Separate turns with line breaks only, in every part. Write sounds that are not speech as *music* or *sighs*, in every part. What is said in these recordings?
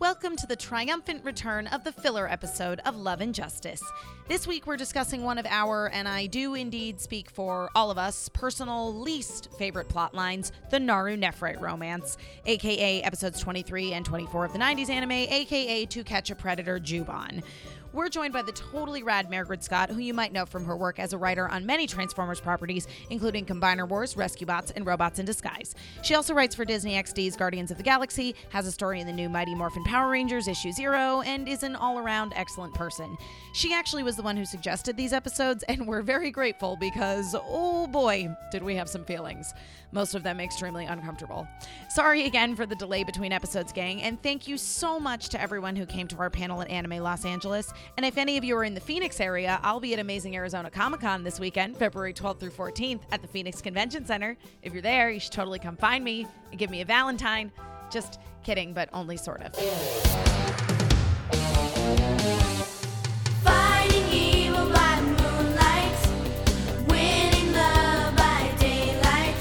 Welcome to the triumphant return of the filler episode of Love and Justice. This week we're discussing one of our, and I do indeed speak for all of us, personal least favorite plot lines the Naru Nephrite romance, aka episodes 23 and 24 of the 90s anime, aka To Catch a Predator Juban. We're joined by the totally rad Margaret Scott, who you might know from her work as a writer on many Transformers properties, including Combiner Wars, Rescue Bots, and Robots in Disguise. She also writes for Disney XD's Guardians of the Galaxy, has a story in the new Mighty Morphin Power Rangers issue zero, and is an all around excellent person. She actually was the one who suggested these episodes, and we're very grateful because, oh boy, did we have some feelings. Most of them extremely uncomfortable. Sorry again for the delay between episodes, gang, and thank you so much to everyone who came to our panel at Anime Los Angeles. And if any of you are in the Phoenix area, I'll be at Amazing Arizona Comic Con this weekend, February 12th through 14th at the Phoenix Convention Center. If you're there, you should totally come find me and give me a Valentine. Just kidding, but only sort of.
Fighting evil by moonlight, winning love by daylight,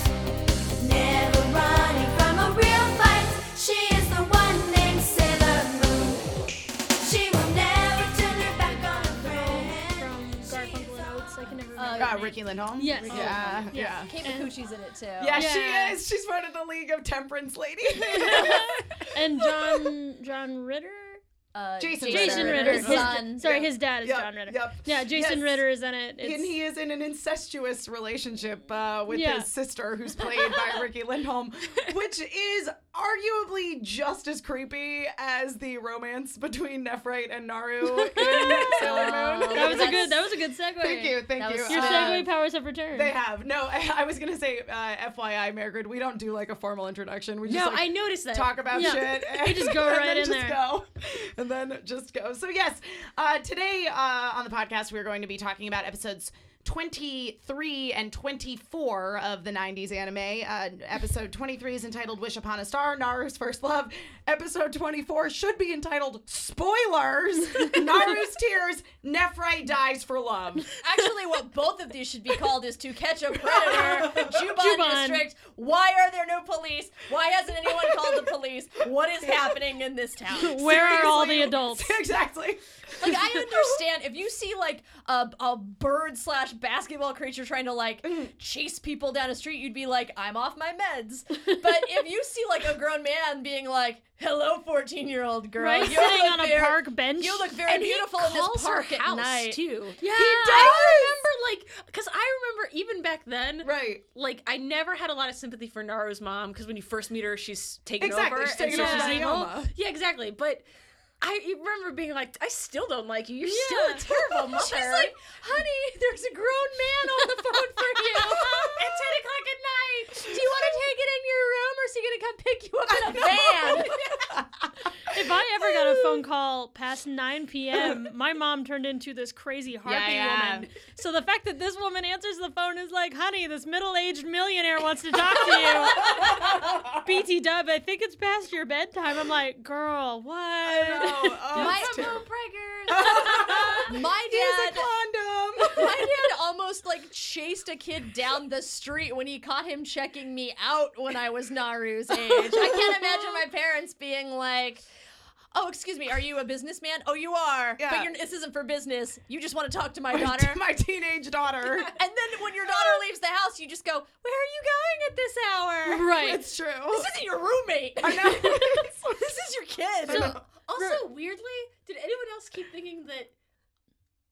never running from a real fight. She is the one named Sailor Moon. She will never turn her back on her
from
friend.
Garfunkel and Oates. I can never remember.
Uh, Ricky Lindholm?
Oh, Yes.
Yeah, yeah.
Kate Micucci's in it too.
Yeah,
Yeah.
she is. She's part of the League of Temperance Ladies.
and John John Ritter.
Uh,
Jason
Jason
Ritter,
Ritter.
his
His,
son.
Sorry,
Yep.
his dad is
Yep,
John Ritter.
yep.
Yeah, Jason
Yes.
Ritter is in it. It's,
and he is in an incestuous relationship uh, with
Yeah.
his sister, who's played by Ricky Lindholm, which is arguably just as creepy as the romance between Nephrite and Naru in Sailor Moon.
Oh, that was a good.
That's-
That was a good segue.
Thank you, thank
That
you.
was
Your
Uh,
segue powers have returned.
they have no. *laughs* I, I was gonna say, uh, FYI, Margaret, we don't do like a formal introduction. We just
No,
like,
I noticed
*laughs*
that.
talk about
Yeah. *laughs*
shit. And,
We just
*laughs*
go
and
right
then
in
just
there.
Go, and then just go. So yes, uh, today uh, on the podcast we're going to be talking about episodes. 23 and 24 of the 90s anime. Uh, episode 23 is entitled Wish Upon a Star, Naru's First Love. Episode 24 should be entitled
*laughs*
Spoilers Naru's Tears, Nephrite Dies for Love.
Actually, what both of these should be called is to catch a *laughs* predator, Juban,
Juban.
District. Why are there no police? Why hasn't anyone called the police? What is happening in this town?
Where are all the
Seriously.
adults?
*laughs* exactly.
Like, I understand if you see like a, a bird slash basketball creature trying to like chase people down a street, you'd be like, I'm off my meds. But if you see like a grown man being like, "Hello, 14 year old girl,"
Right,
you
sitting
look
on a
very-
park bench.
You look very beautiful in this park at night.
too.
yeah,
I remember like because I remember even back then.
Right.
Like I never had a lot of sympathy for Naru's mom because when you first meet her, she's taken
Exactly,
over
she's
and
taken
so
over by
she's evil.
Yoma.
Yeah, exactly. But I remember being like, I still don't like you. You're
Yeah.
still a
*laughs*
terrible mother.
*laughs* She's like, honey, there's a grown man on the phone for you at 10 o'clock at night. Do you want to take it in your room or is he going to come pick you up
*laughs*
in a van? *laughs*
If I ever got a
*laughs*
phone call past 9 p.m., my mom turned into this crazy harpy
yeah.
woman. So the fact that this woman answers the phone is like, honey, this middle aged millionaire wants to talk to you.
*laughs*
BT dub, I think it's past your bedtime. I'm like, girl, what?
Oh, oh,
My
it's terrible. *laughs*
My
Use a
dad.
condom.
My dad almost like chased a kid down the street when he caught him checking me out when I
*laughs*
was Naru's age. I can't imagine my parents being like, "Oh, excuse me, are you a businessman? Oh, you are.
Yeah.
But you're, this isn't for business. You just want to talk
*laughs*
*laughs*
to my daughter."
My teenage daughter.
*laughs* And then when
*laughs*
your daughter leaves the house, you just go, "Where are you going at this hour?"
Right.
It's true.
*laughs* This isn't your roommate.
I know.
this is your kid.
*laughs*
So, also weirdly, did anyone else keep thinking that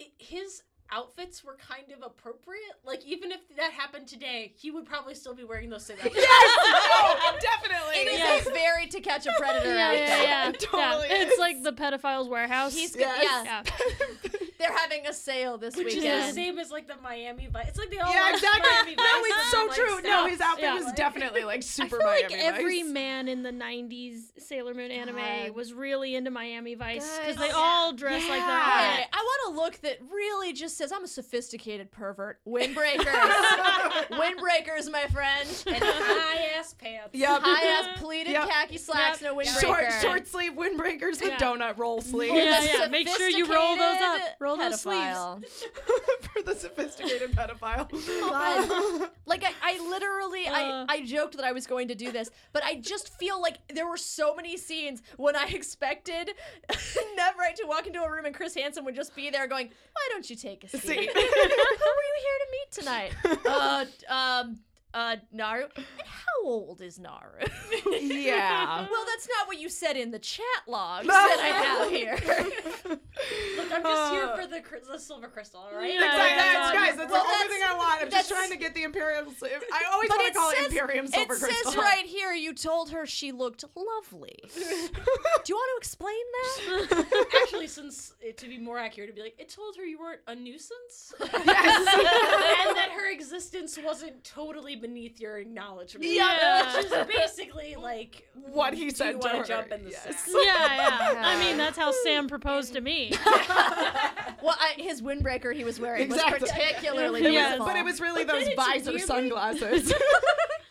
i his outfits were kind of appropriate? Like, even if that happened today, he would probably still be wearing those same outfits.
oh, definitely.
it is
Yes.
a very to catch a predator.
Yeah,
outfit.
yeah, yeah.
It *laughs* totally
yeah.
is.
It's like the pedophile's warehouse.
He's
Yes.
good. Yeah.
yeah.
*laughs*
They're having a sale this
Which
weekend.
is the same as like the Miami Vice. It's like they all
Yeah,
watch
exactly.
*laughs* Miami
No,
Vice.
it's so
and, like,
true. No,
stuff.
his outfit
Yeah.
was definitely like super
I feel like
Miami
every
Vice.
man in the 90s Sailor Moon anime
God.
was really into Miami Vice because
Good.
they
Yeah.
all dress like
Yeah.
that.
Okay, I want a look that really just says I'm a sophisticated pervert. Windbreakers, windbreakers, my friend.
And high ass pants.
Yep.
High ass pleated
Yep.
khaki slacks,
Yep.
no windbreaker.
Short, short sleeve windbreakers with
Yeah.
donut roll sleeves.
Yeah, yeah. Make sure you roll those up.
sophisticated
Roll roll those sleeves.
Pedophile.
*laughs* for the sophisticated pedophile.
God. Like I, I literally
Uh.
I, I joked that I was going to do this, but I just feel like there were so many scenes when I expected *laughs* Neverite to walk into a room and Chris Hansen would just be there going, Why don't you take a seat?
See.
*laughs* Who are you here to meet tonight? uh um uh Naru. And how old is Naru?
yeah.
well, that's not what you said in the chat logs that I have here.
Look, I'm just here *laughs*
Uh,
for the, cr- the silver crystal, all right?
Yeah,
Exactly.
that's-
That's, guys, that's
well,
the only
that's-
thing I want. I'm just
that's-
trying to get the Imperium. sli- I always
But
want
it
to call
says-
it Imperium Silver
it
Crystal.
says right here you told her she looked
*laughs*
lovely. Do you want to explain that?
Actually, since it, to be more accurate, it'd be like, it told her you weren't
*laughs*
a nuisance *laughs* and that her existence wasn't totally beneath your acknowledgement.
Yeah.
*laughs* Which is basically like
What he
do
said
you
to
wanna
her,
jump in the
yes.
sack?
*laughs* Yeah, yeah. I mean, that's how Sam proposed to me.
Well, I, his windbreaker he was wearing
Exactly.
was
*laughs*
particularly
It was-
Yes.
beautiful.
but it was really
But
those
then it's
visor
weirdly-
sunglasses. *laughs*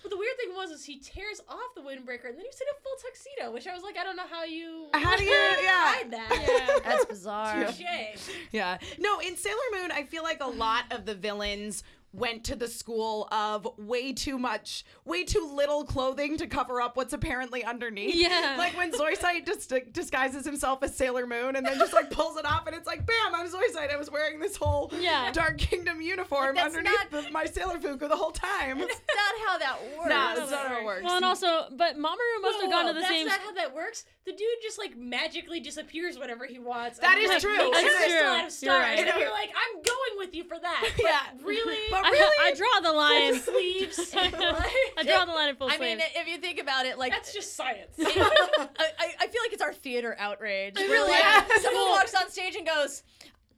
But the weird thing was, is he tears off the windbreaker and then he's in a full tuxedo, which I was like, I don't know how you
*laughs* How do you? Yeah.
hide that.
That's bizarre.
Touché.
Yeah. No, in Sailor Moon, I feel like a lot of the villains went to the school of way too much, way too little clothing to cover up what's apparently underneath.
Yeah.
Like when Zoisite just disguises himself as Sailor Moon and then just like pulls it off and it's like, bam, I'm Zoisite. I was wearing this whole
Yeah.
Dark Kingdom uniform
Like, that's
underneath the- my Sailor Fuku the whole time.
Not how that works.
Nah, that's not how it works.
Well, and also, but Mamoru must
Whoa,
have gone
whoa,
to the
that's
same.
not how that works. The dude just like magically disappears whenever he wants.
That
and,
is
like,
true.
Makes
That's
a crystal
true.
out of
You're
stars,
right.
and you're like, I'm going with you for that. But
Yeah.
really.
But
I,
*laughs* really,
*laughs* I draw the line. *laughs*
sleeves.
I draw the line in full
I
sleeves.
mean, if you think about it, like
That's
*laughs*
just science.
I, I- I feel like it's our theater outrage. It
really is.
Someone walks on stage and goes,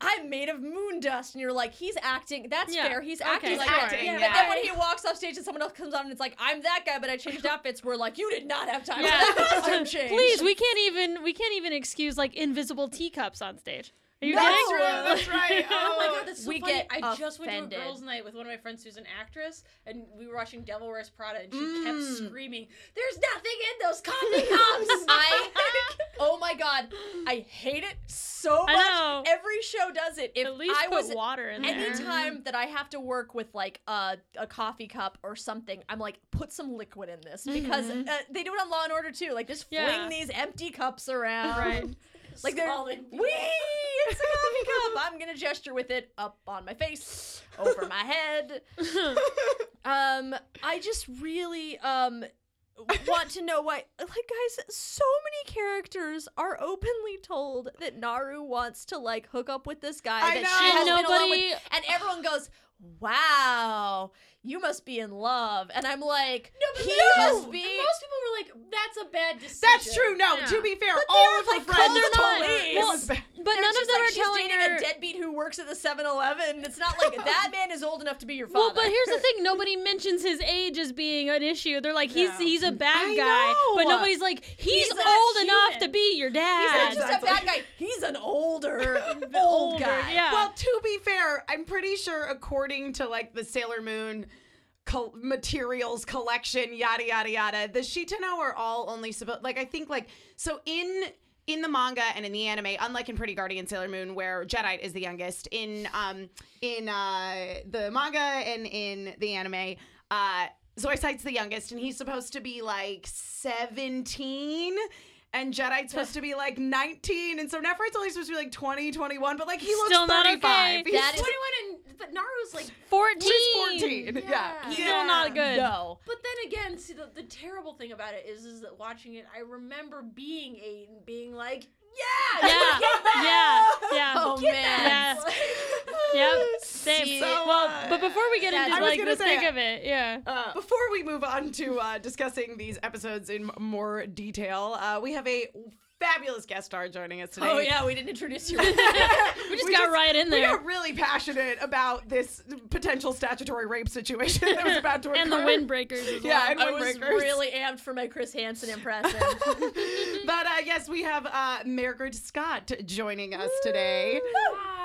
"I'm made of moon dust," and you're like, "He's acting. That's
Yeah.
fair. He's
Okay,
acting
he's
like
acting,
that."
yeah.
But then when he walks off stage and someone else comes on and it's like, "I'm that guy, but
*laughs*
I changed outfits," we're like, "You did not have time
Yeah.
for that
*laughs*
costume change."
Please, we can't even we can't even excuse like invisible teacups on stage. Are you
No.
That's true.
kidding?
That's right.
Oh my
*laughs* Oh.
god, that's so
We
funny.
get
I just went to
offended.
a girls' night with one of my friends who's an actress, and we were watching Devil Wears Prada, and she kept
Mm.
screaming, "There's nothing in those coffee
*laughs*
cups." *laughs*
I oh my god, I hate it so much.
I know.
Every show does it. If
At least
I
put
was
water in there.
anytime that I have to work with like a, a coffee cup or something, I'm like, put some liquid in this because uh, they do it on Law and Order too. Like just fling
Mm-hmm. Yeah.
these empty cups around.
Right.
*laughs* Like they're
Scalding people.
wee, it's a
*laughs*
coffee cup. I'm gonna gesture with it up on my face, over my head. Um, I just really um want to know why. Like, guys, so many characters are openly told that Naru wants to like hook up with this guy
I
that
know.
she has
And
been alone
nobody-
with, and everyone goes, "Wow, you must be in love." And I'm like,
but
"He
no,
must
and
be."
Most people were like, "that's a bad decision.
That's true. No,
Yeah.
to be fair,
But
all
they're,
of her
like,
friends
called the
told her
police.
it *laughs* was bad.
But none of
Just
them
like,
are
she's
telling
dating
her.
a deadbeat who works at the 7-Eleven. It's not
*laughs*
like that man is old enough to be your father.
well, but here's the thing: nobody mentions his age as being an issue. They're like, he's
No.
he's a bad
I
guy, but
know.
nobody's like, he's,
He's
old
not
enough
human.
to be your
He's
dad.
not just a bad guy. He's an
*laughs*
older, old
Older,
guy.
Yeah.
Well, to be fair, I'm pretty sure according to like the Sailor Moon col- materials collection, yada yada yada, the Shitano are all only supposed like I think like so in in the manga and in the anime, unlike in Pretty Guardian Sailor Moon, where Jedi is the youngest, in um in uh the manga and in the anime, uh Zoisite's the youngest, and he's supposed to be like 17. And Jedi's supposed to be like 19. And so Nefert's only supposed to be like 20, 21, but like he looks
Still not
35.
okay.
He's
That is-
Twenty-one and but Naru's like.
fourteen.
She's 14. Yeah.
Yeah.
Yeah.
Still not good.
No.
But then again, see the, the terrible thing about it is, is that watching it, I remember being eight and being like, "Yeah,
Yeah. Yeah. Yeah.
Oh man.
Yeah. *laughs* Yep. Same.
So,
well, but before we get
That-
into
I was
like
gonna
the
say
thick
it.
of it, yeah.
Uh, before we move on to uh, discussing these episodes in m- more detail, uh, we have a fabulous guest star joining us today.
*laughs* Oh yeah, we didn't
*laughs*
introduce you.
We just got right in
We
there.
are really passionate about this potential statutory rape situation
*laughs*
that was about to occur.
And the windbreakers
*laughs*
as
Yeah,
well.
and
I was
windbreakers.
really amped for my Chris Hansen impression.
*laughs* But uh, yes, we have uh, Margaret Scott joining us today.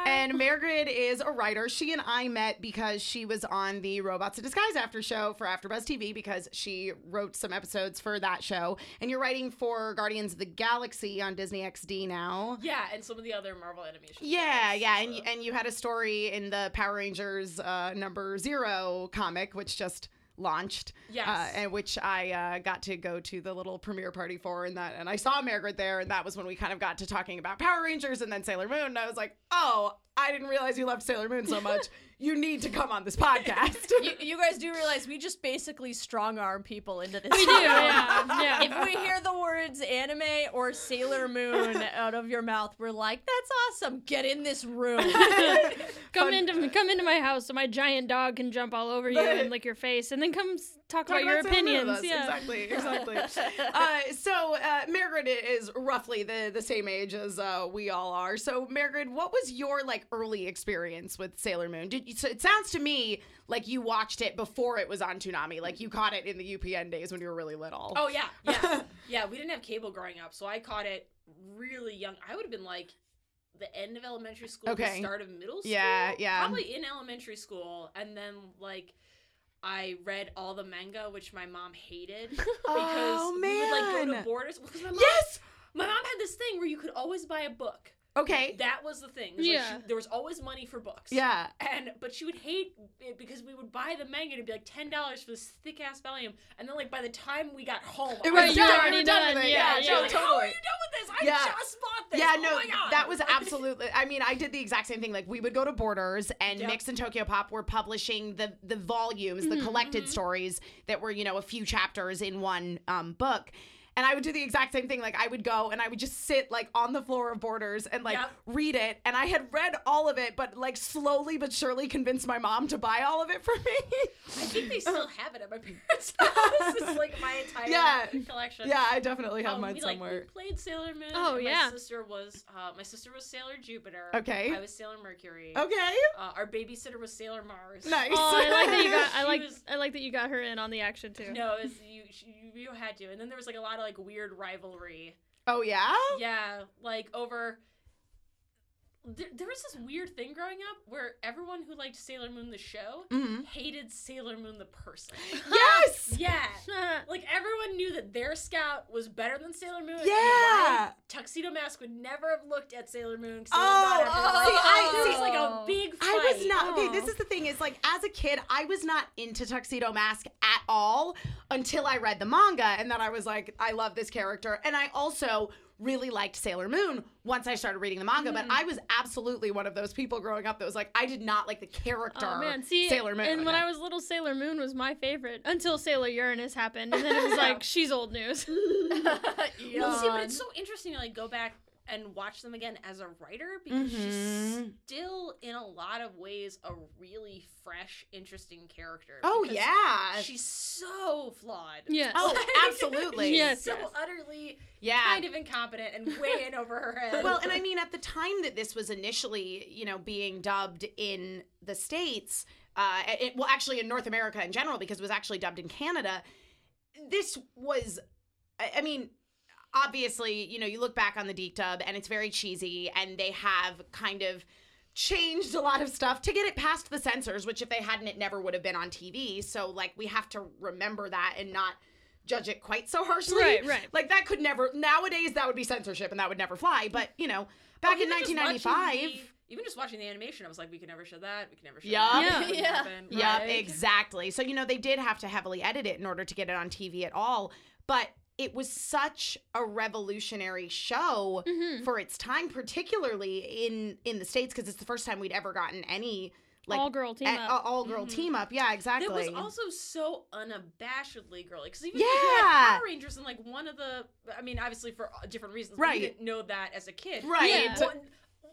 And Margaret is a writer. She and I met because she was on the Robots in Disguise after show for AfterBuzz TV because she wrote some episodes for that show. And you're writing for Guardians of the Galaxy see on Disney XD now.
Yeah, and some of the other Marvel animation.
Yeah,
shows,
yeah, and
so.
y- and you had a story in the Power Rangers uh, number zero comic, which just launched.
Yes.
uh, and which I uh, got to go to the little premiere party for, and that, and I saw Margaret there, and that was when we kind of got to talking about Power Rangers and then Sailor Moon, and I was like, oh, I didn't realize you loved Sailor Moon so
*laughs*
much. you need to come on this podcast. *laughs*
You, you guys do realize we just basically strong arm people into this.
We do, yeah, yeah.
If we hear the words anime or Sailor Moon out of your mouth, we're like, "That's awesome! Get in this
*laughs*
room."
come into come into my house so my giant dog can jump all over you and lick your face, and then come s- talk, about, your
Sailor Moon
opinions.
with us.
Yeah.
Exactly, exactly. uh, so uh, Margaret i- is roughly the, the same age as uh, we all are. So Margaret, what was your like early experience with Sailor Moon? Did you, so it sounds to me like you watched it before it was on Toonami. Like you caught it in the UPN days when you were really little. *laughs*
Oh yeah, yeah, yeah. We didn't have cable growing up, so I caught it really young. I would have been like the end of elementary school,
Okay.
the start of middle school.
Yeah, yeah.
Probably in elementary school, and then like I read all the manga, which my
*laughs*
mom hated because
Oh,
we would like go
man.
to Borders. Because my mom,
yes.
my mom had this thing where you could always buy a book.
Okay.
That was the thing. It was, like,
Yeah.
she- there was always money for books.
Yeah.
And but she would hate it because we would buy the manga and it'd be like ten dollars for this thick ass volume, and then like by the time we got home,
It
I
was
Right,
done.
you
we
already
were done
done,
with it.
yeah,
Yeah.
yeah.
no,
like,
totally.
How are you done with this? I
Yeah.
just bought this.
Yeah,
oh
no,
my God.
*laughs*
that was absolutely. I mean, I did the exact same thing. Like we would go to Borders, and
Yep.
Mix and Tokyo Pop were publishing the the volumes,
Mm-hmm,
the collected stories that were you know a few chapters in one um, book. And I would do the exact same thing. Like I would go and I would just sit like on the floor of Borders and like
Yep.
read it. And I had read all of it, but like slowly but surely convinced my mom to buy all of it for me. *laughs*
I think they still have it at my *laughs* parents' house. It's like my entire
Yeah.
collection.
yeah, I definitely have
Um,
mine
we, like,
somewhere.
we played Sailor Moon.
Oh,
and
yeah.
My sister was uh, my sister was Sailor Jupiter.
Okay.
I was Sailor Mercury.
okay,
Uh, our babysitter was Sailor Mars.
nice.
Oh, *laughs* I like that you got. I
She
like.
was-
I like that you got her in on the action too.
No, it was, you, you you had to, and then there was like a lot of like weird rivalry.
*laughs* oh yeah.
Yeah, like over. There, there was this weird thing growing up where everyone who liked Sailor Moon the show
Mhm.
hated Sailor Moon the person.
Yes.
yeah,
*laughs*
like everyone knew that their scout was better than Sailor Moon. and
Yeah.
Ryan Tuxedo Mask would never have looked at Sailor Moon. 'cause
Oh,
Sailor Moon got
see, I-
everyone. This
see-
was like a big fight.
I was not okay.
Aw.
This is the thing is like as a kid, I was not into Tuxedo Mask at all until I read the manga, and then I was like, I love this character, and I also really liked Sailor Moon once I started reading the manga.
Mm.
But I was absolutely one of those people growing up that was like, I did not like the character.
Oh man, see,
Sailor Moon.
and when I was little, Sailor Moon was my favorite until Sailor Uranus happened, and then it was like she's old news.
Well, see, but it's so interesting to like go back and watch them again as a writer because she's
Mhm.
still in a lot of ways a really fresh, interesting character.
oh
because
yeah,
she's so flawed. *laughs*
Yes.
oh
Like,
absolutely,
Yes.
so utterly
yeah.
kind of incompetent and way in over her head.
well, and I mean, at the time that this was initially, you know, being dubbed in the states, uh, it, well, actually in North America in general, because it was actually dubbed in Canada. This was, I, I mean, obviously, you know, you look back on the Deke dub and it's very cheesy, and they have kind of changed a lot of stuff to get it past the censors, which if they hadn't, it never would have been on TV. So, like, we have to remember that and not judge it quite so harshly.
Right, right.
*laughs* Like that could never nowadays that would be censorship and that would never fly. But you know,
Oh,
back in
even just watching
1995.
the- even just watching the animation, I was like, we can never show that. We can never show
Yup. *laughs*
that.
Yeah.
That
Yeah.
happened,
Yup,
right?
exactly. So you know they did have to heavily edit it in order to get it on TV at all. But it was such a revolutionary show
Mm-hmm.
for its time, particularly in in the states, because it's the first time we'd ever gotten any like eh,
all girl team up.
all girl team up. Yeah, exactly.
That Mm-hmm. was also so unabashedly girly because even if you
Yeah.
had Power Rangers and like one of the, I mean, obviously for uh, different reasons,
Right.
we didn't know that as a kid,
Right.
Yeah.
One,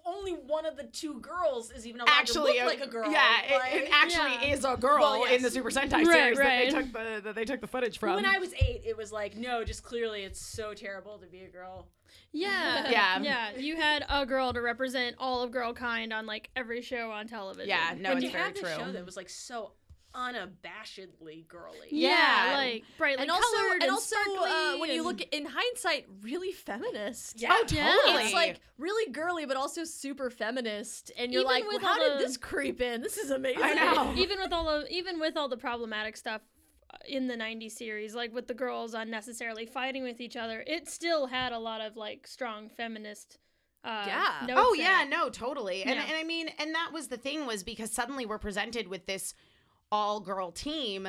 only one of the two girls is even allowed
actually uh,
to look like a girl.
Yeah, it-
like-
it, actually
Yeah.
is a girl
Well,
in
yes.
the Super Sentai
Right,
series
right.
that they took the that they took the footage from.
when I was eight, it was like, no, just clearly it's so terrible to be a girl.
*laughs*
Yeah,
Yeah.
yeah. You had a girl to represent all of girl kind on like every show on television.
yeah, no,
But
it's
you
very
had this show
true.
that was like so unabashedly girly.
yeah,
Yeah.
like brightly
and also,
colored
and, also, uh,
sparkly
when you
and-
look at- in hindsight, really feminist.
Yeah.
Oh,
Yeah.
totally.
It's like really girly, but also super feminist, and you're
Even
like,
with
"Well, how
all
did
the-
this creep in? This is amazing.
*laughs*
I know.
even with all of even with all the problematic stuff uh, in the 90s series, like with the girls unnecessarily fighting with each other, it still had a lot of like strong feminist. Uh,
Yeah.
notes
Oh
in
yeah,
it.
no, totally. And,
Yeah.
and I mean, and that was the thing was because suddenly we're presented with this all girl team.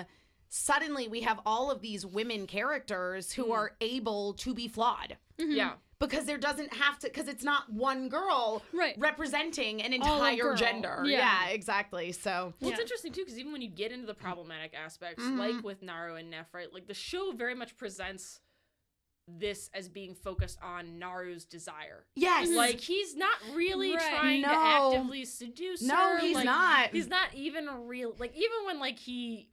Suddenly we have all of these women characters who are able to be flawed
Yeah.
because there doesn't have to because it's not one girl
Right.
representing an
All a
entire
girl.
gender.
Yeah.
yeah, exactly. So
Well, it's
Yeah.
interesting too, because even when you get into the problematic aspects,
Mm-hmm.
like with Naru and Nephrite, like the show very much presents this as being focused on Naru's desire.
yes,
Like he's not really
Right.
trying to
Mm. No.
actively seduce
No,
her.
he's
like,
not. *laughs*
He's not even real. Like even when like he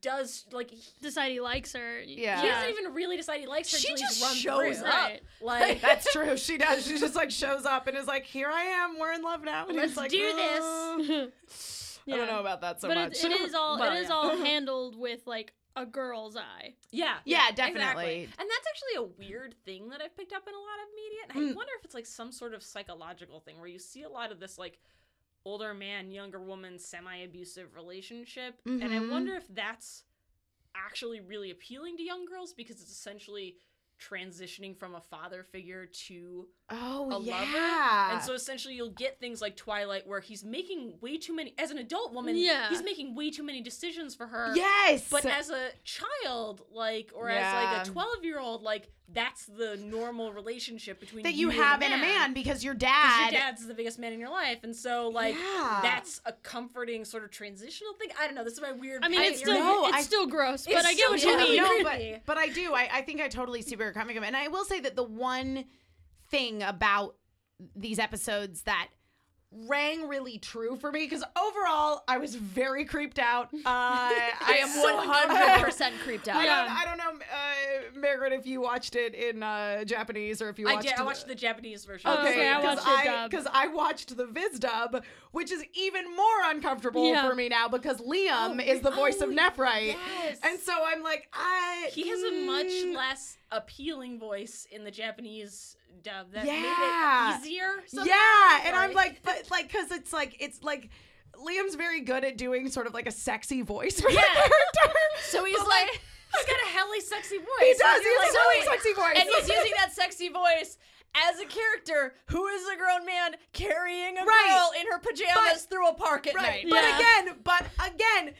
does like he,
Decide he likes her.
Yeah.
he doesn't even really decide he likes her.
She
till he's
just
run
shows
through.
Right.
Like
that's true. She does. She just like shows up and is like, "Here I am. We're in love now." And
Let's
*laughs*
he's like,
do this.
"Uh, I
Yeah.
don't know about that so
but
much.
It, it
*laughs*
is all
Well,
it is
yeah.
all handled with like a girl's eye.
yeah,
Yeah,
exactly.
definitely.
And that's actually a weird thing that I've picked up in a lot of media. And
Hmm.
I wonder if it's like some sort of psychological thing where you see a lot of this like older man, younger woman, semi-abusive relationship. And I
Mhm.
wonder if that's actually really appealing to young girls because it's essentially transitioning from a father figure to
Oh
a
yeah. Ah.
lover. And so essentially you'll get things like Twilight where he's making way too many as an adult woman,
Yeah.
he's making way too many decisions for her.
Yes.
But as a child, like, or as like a
Yeah.
twelve-year-old, like, that's the normal relationship between
that you
and
have in a man because your dad.
'Cause Your dad's the biggest man in your life, and so like,
Yeah.
that's a comforting sort of transitional thing. I don't know. This is my weird.
I mean,
I-
it's still
no,
it's
I-
still gross,
It's
but I get
still-
what
yeah,
you
*laughs*
mean.
no,
could
but
be.
but I do. I, I think I totally see where you're coming from, and I will say that the one thing about these episodes that rang really true for me because overall I was very creeped out.
*laughs*
Uh, I am
One hundred percent creeped
I
out.
don't, I don't know, uh, Margaret, if you watched it in uh, Japanese or if you
I
watched.
did. I watched the Japanese version.
Okay,
Okay,
I
because
watched the
I
dub.
because I, watched the Viz dub, which is even more uncomfortable
Yeah.
for me now because Liam is the voice of Nephrite,
yes.
and so I'm like, I
He has a
mm,
much less appealing voice in the Japanese dub that
Yeah.
made it easier.
yeah,
somehow,
and I'm
right?
like, but like, because it's like it's like Liam's very good at doing sort of like a sexy voice *laughs* for the character.
So he's
But,
like,
like, he's got a hella sexy voice.
he does. He
You're
has a *laughs*
like,
really
wait,
sexy voice,
and he's using that sexy voice as a character who is a grown man carrying a
Right.
girl in her pajamas through a park at
Right.
night.
But
Yeah.
again, but again,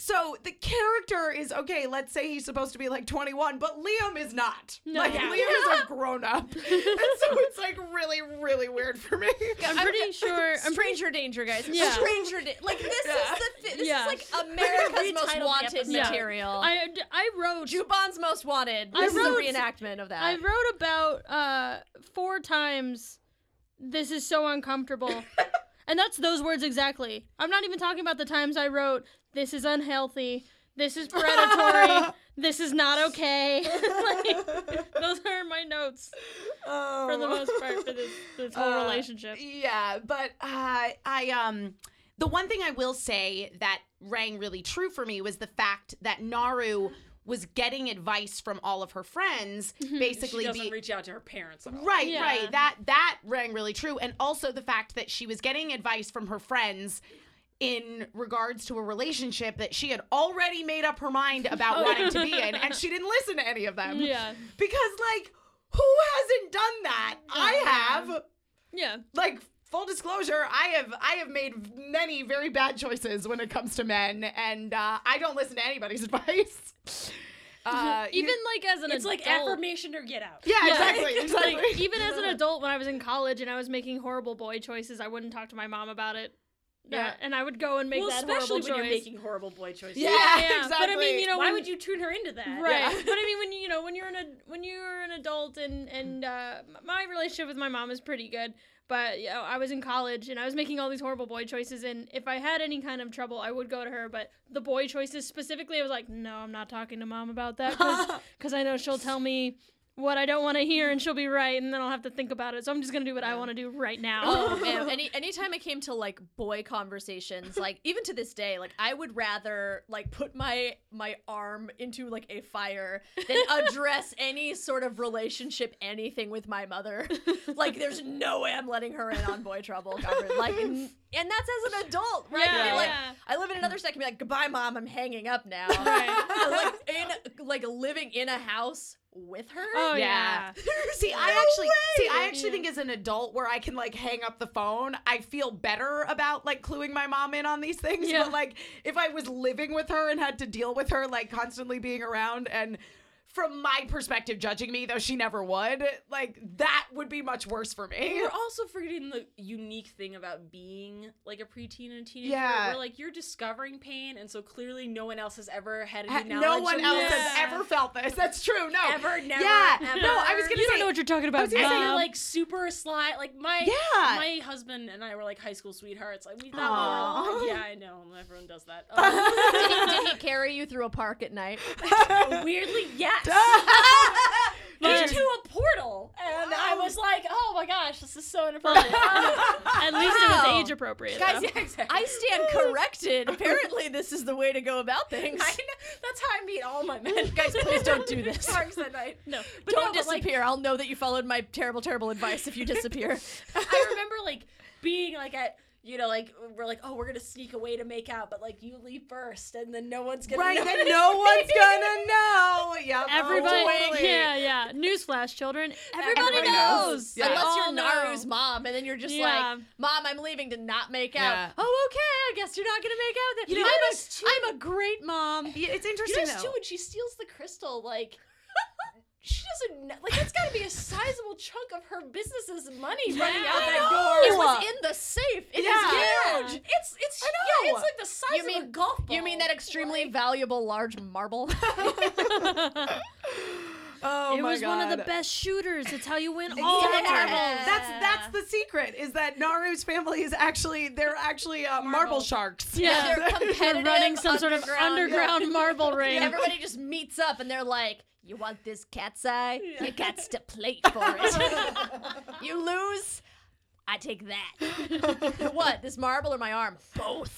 so the character is okay. Let's say he's supposed to be like 21, but Liam is not.
No.
Like
Yeah.
Liam is a grown up, *laughs* and so it's like really, really weird for me.
I'm pretty
*laughs*
sure. I'm pretty
Stranger danger, guys.
Yeah.
Stranger danger. Like this
Yeah.
is the fi- this
Yeah.
is like America's most
Retitle the
wanted
episode.
Yeah.
material.
I I wrote
Juban's most wanted.
I
This is a
wrote-
reenactment of that.
I wrote about uh four times this is so uncomfortable. and that's those words exactly. I'm not even talking about the times I wrote this is unhealthy, this is predatory, this is not okay. *laughs* Like, those are my notes for the most part for this this whole
Uh,
relationship.
Yeah, but uh, I um the one thing I will say that rang really true for me was the fact that Naru was getting advice from all of her friends,
She
basically
doesn't
be-
reach out to her parents at all.
Right,
Yeah.
right. That that rang really true, and also the fact that she was getting advice from her friends in regards to a relationship that she had already made up her mind about wanting to be in, and she didn't listen to any of them.
Oh. Yeah.
because like, who hasn't done that? I have.
Yeah.
Like full disclosure, I have I have made many very bad choices when it comes to men, and uh, I don't listen to anybody's *laughs* advice. Uh,
*laughs*
you-
Even like as an
It's like
adult.
*laughs* affirmation or get out.
yeah,
Yeah.
exactly,
*laughs*
exactly.
Like, even as an adult, when I was in college and I was making horrible boy choices, I wouldn't talk to my mom about it.
Yeah.
Uh, and I would go and make
well,
that horrible
especially when
choice.
you're making horrible boy choices.
Yeah, exactly.
But I mean, you know,
Why
when-
would you tune her into that?
Right. but I mean, when you, you know, when you're an ad- when you're an adult, and and uh, m- my relationship with my mom is pretty good. But you know, I was in college and I was making all these horrible boy choices, and if I had any kind of trouble, I would go to her. But the boy choices specifically, I was like, no, I'm not talking to mom about that because I know she'll tell me what I don't want to hear, and she'll be right, and then I'll have to think about it. So I'm just gonna do what I want to do right now. *laughs*
Oh man, any anytime it came to like boy conversations, like even to this day, like I would rather like put my my arm into like a fire
*laughs*
than address any sort of relationship anything with my
*laughs*
mother. Like there's no way I'm letting her in on boy trouble. Cover. Like and, and that's as an adult, right?
Yeah,
Be like
yeah.
I live in another second, be like goodbye mom, I'm hanging up now.
*laughs*
*laughs*
Right.
like in like living in a house with her. *laughs*
Oh, yeah.
*laughs* See, I actually see. I actually think as an adult, where I can like hang up the phone, I feel better about like cluing my mom in on these things.
Yeah.
But like, if I was living with her and had to deal with her like constantly being around and from my perspective judging me, though she never would, like that would be much worse for me.
We're also forgetting the unique thing about being like a preteen and a teenager.
Yeah.
Where like you're discovering pain, and so clearly no one else has ever
*laughs*
had
Ha-
any knowledge.
No one
of
else
this.
Yeah.
has ever felt this. That's true. No.
Ever, never,
yeah.
ever.
No, I was gonna
You
say.
don't know what you're talking about,
was gonna
And
say,
then you're
Mom. *laughs*
like super sly. Like my
Yeah.
my husband and I were like high school sweethearts. Like we thought we were
Aw.
all, yeah, I know everyone does that. Um,
Did he, did he carry you through a park at night?
weirdly, yes. *laughs*
But-
into a portal, and I was like, "Oh my gosh, this is so inappropriate."
At least it was
Wow.
age appropriate.
Guys,
Yeah, exactly.
I stand corrected. Apparently, this is the way to go about things.
*laughs* I know. That's how I meet all my men.
Guys, please don't *laughs* do this.
Parks at night.
no.
But
don't
no, but, like,
disappear. I'll know that you followed my terrible, terrible advice if you *laughs* disappear.
I remember like being like at you know like we're like oh we're gonna sneak away to make out, but like you leave first, and then no one's gonna
Right,
know.
then no one's
*laughs*
gonna know. Yeah,
Everybody,
totally.
yeah, yeah. Newsflash, children. Everybody,
Everybody
knows.
knows. Yeah.
They
Unless
all
you're
know.
Naru's mom, and then you're just
Yeah.
like, Mom, I'm leaving to not make out.
Yeah.
Oh, okay. I guess you're not going to make out then.
You know,
I'm,
there's two-
a, I'm a great mom.
Yeah, it's
You
interesting
know, it's
though.
too when she steals the crystal, like she doesn't kn- like that's gotta be a sizable chunk of her business's money running out that door.
It was in the safe. It
Yeah.
was huge.
It's it's yeah, it's like the size
You mean-
of a golf ball.
You mean that extremely valuable large *laughs* marble?
Oh
it
my
was one of the
God.
best shooters. It's how you win all the
Yeah.
marbles.
That's that's the secret is that Naru's family is actually they're actually uh, marble. sharks. *laughs*
Yeah.
*laughs* They're
They're
competitive.
running some sort of
yeah.
underground marble ring.
*laughs* Everybody just meets up and they're like, "You want this cat's eye? You got to *laughs* plate for it. you lose, I take that. *laughs* what? This marble or my arm? Both.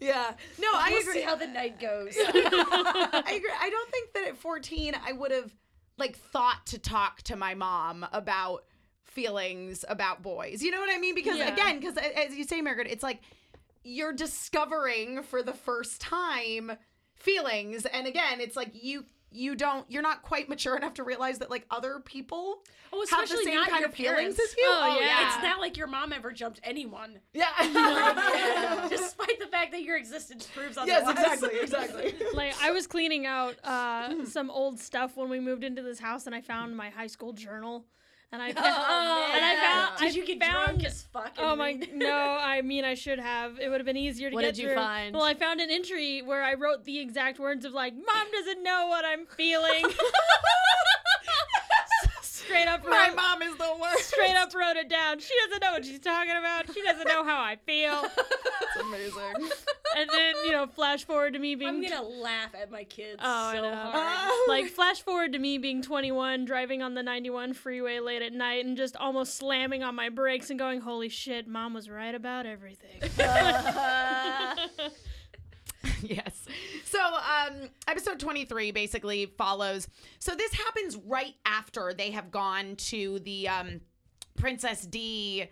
Yeah. No, I
We'll see
agree.
how the night goes.
I agree. I don't think that at 14 I would have like thought to talk to my mom about feelings about boys. You know what I mean? Because
Yeah.
again, because as you say, Margaret, it's like you're discovering for the first time feelings, and again, it's like you you don't you're not quite mature enough to realize that like other people
Oh,
have the
especially
same
not
kind
your
of feelings
parents.
as you.
Oh, yeah.
It's not like your mom ever jumped anyone.
Yeah. *laughs*
*laughs* Despite the fact that your existence proves otherwise.
yes, exactly,
*laughs*
exactly.
like I was cleaning out uh, some old stuff when we moved into this house, and I found my high school journal, and I found, and I found
Did
I
you get
found,
drunk as fuck? and
Oh my
read-
no! I mean, I should have. It would have been easier to
What
get
did you
through.
find?
Well, I found an entry where I wrote the exact words of like, "Mom doesn't know what I'm feeling." *laughs* straight up,
My
wrote,
mom is the worst.
straight up wrote it down. She doesn't know what she's talking about. She doesn't know how I feel.
That's amazing.
And then you know, flash forward to me being
*laughs* I'm gonna laugh at my kids
Oh, I
so
know.
hard.
like flash forward to me being 21 driving on the 91 freeway late at night and just almost slamming on my brakes and going holy shit mom was right about everything
*laughs* yes. So, um, episode 23 basically follows. So, this happens right after they have gone to the um, Princess D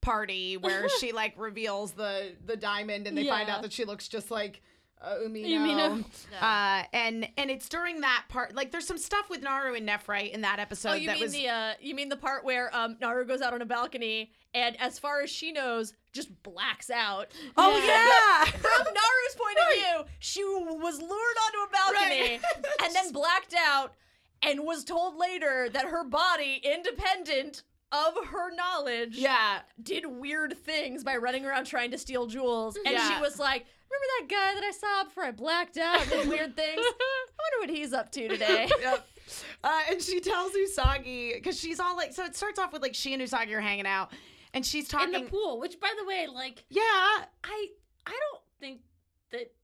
party where she like reveals the the diamond and they find
Yeah.
out that she looks just like uh, Umino.
Umino.
*laughs* Uh, and and it's during that part like there's some stuff with Naru and Nephrite in that episode
Oh, you
that
mean
was *laughs*
the uh, you mean the part where um, Naru goes out on a balcony and, as far as she knows, just blacks out.
Oh yeah.
From Naru's point of view, she was lured onto a balcony
*laughs*
and then blacked out and was told later that her body, independent of her
*laughs*
knowledge,
yeah.
did weird things by running around trying to steal jewels. And
Yeah.
she was like, Remember that guy that I saw before I blacked out and did weird things? I wonder what he's up to
*laughs*
today.
yep. Uh, and she tells Usagi because she's all like, so it starts off with like she and Usagi are hanging out, and she's
In
talking.
the pool, which by the way, like
yeah,
I I don't think that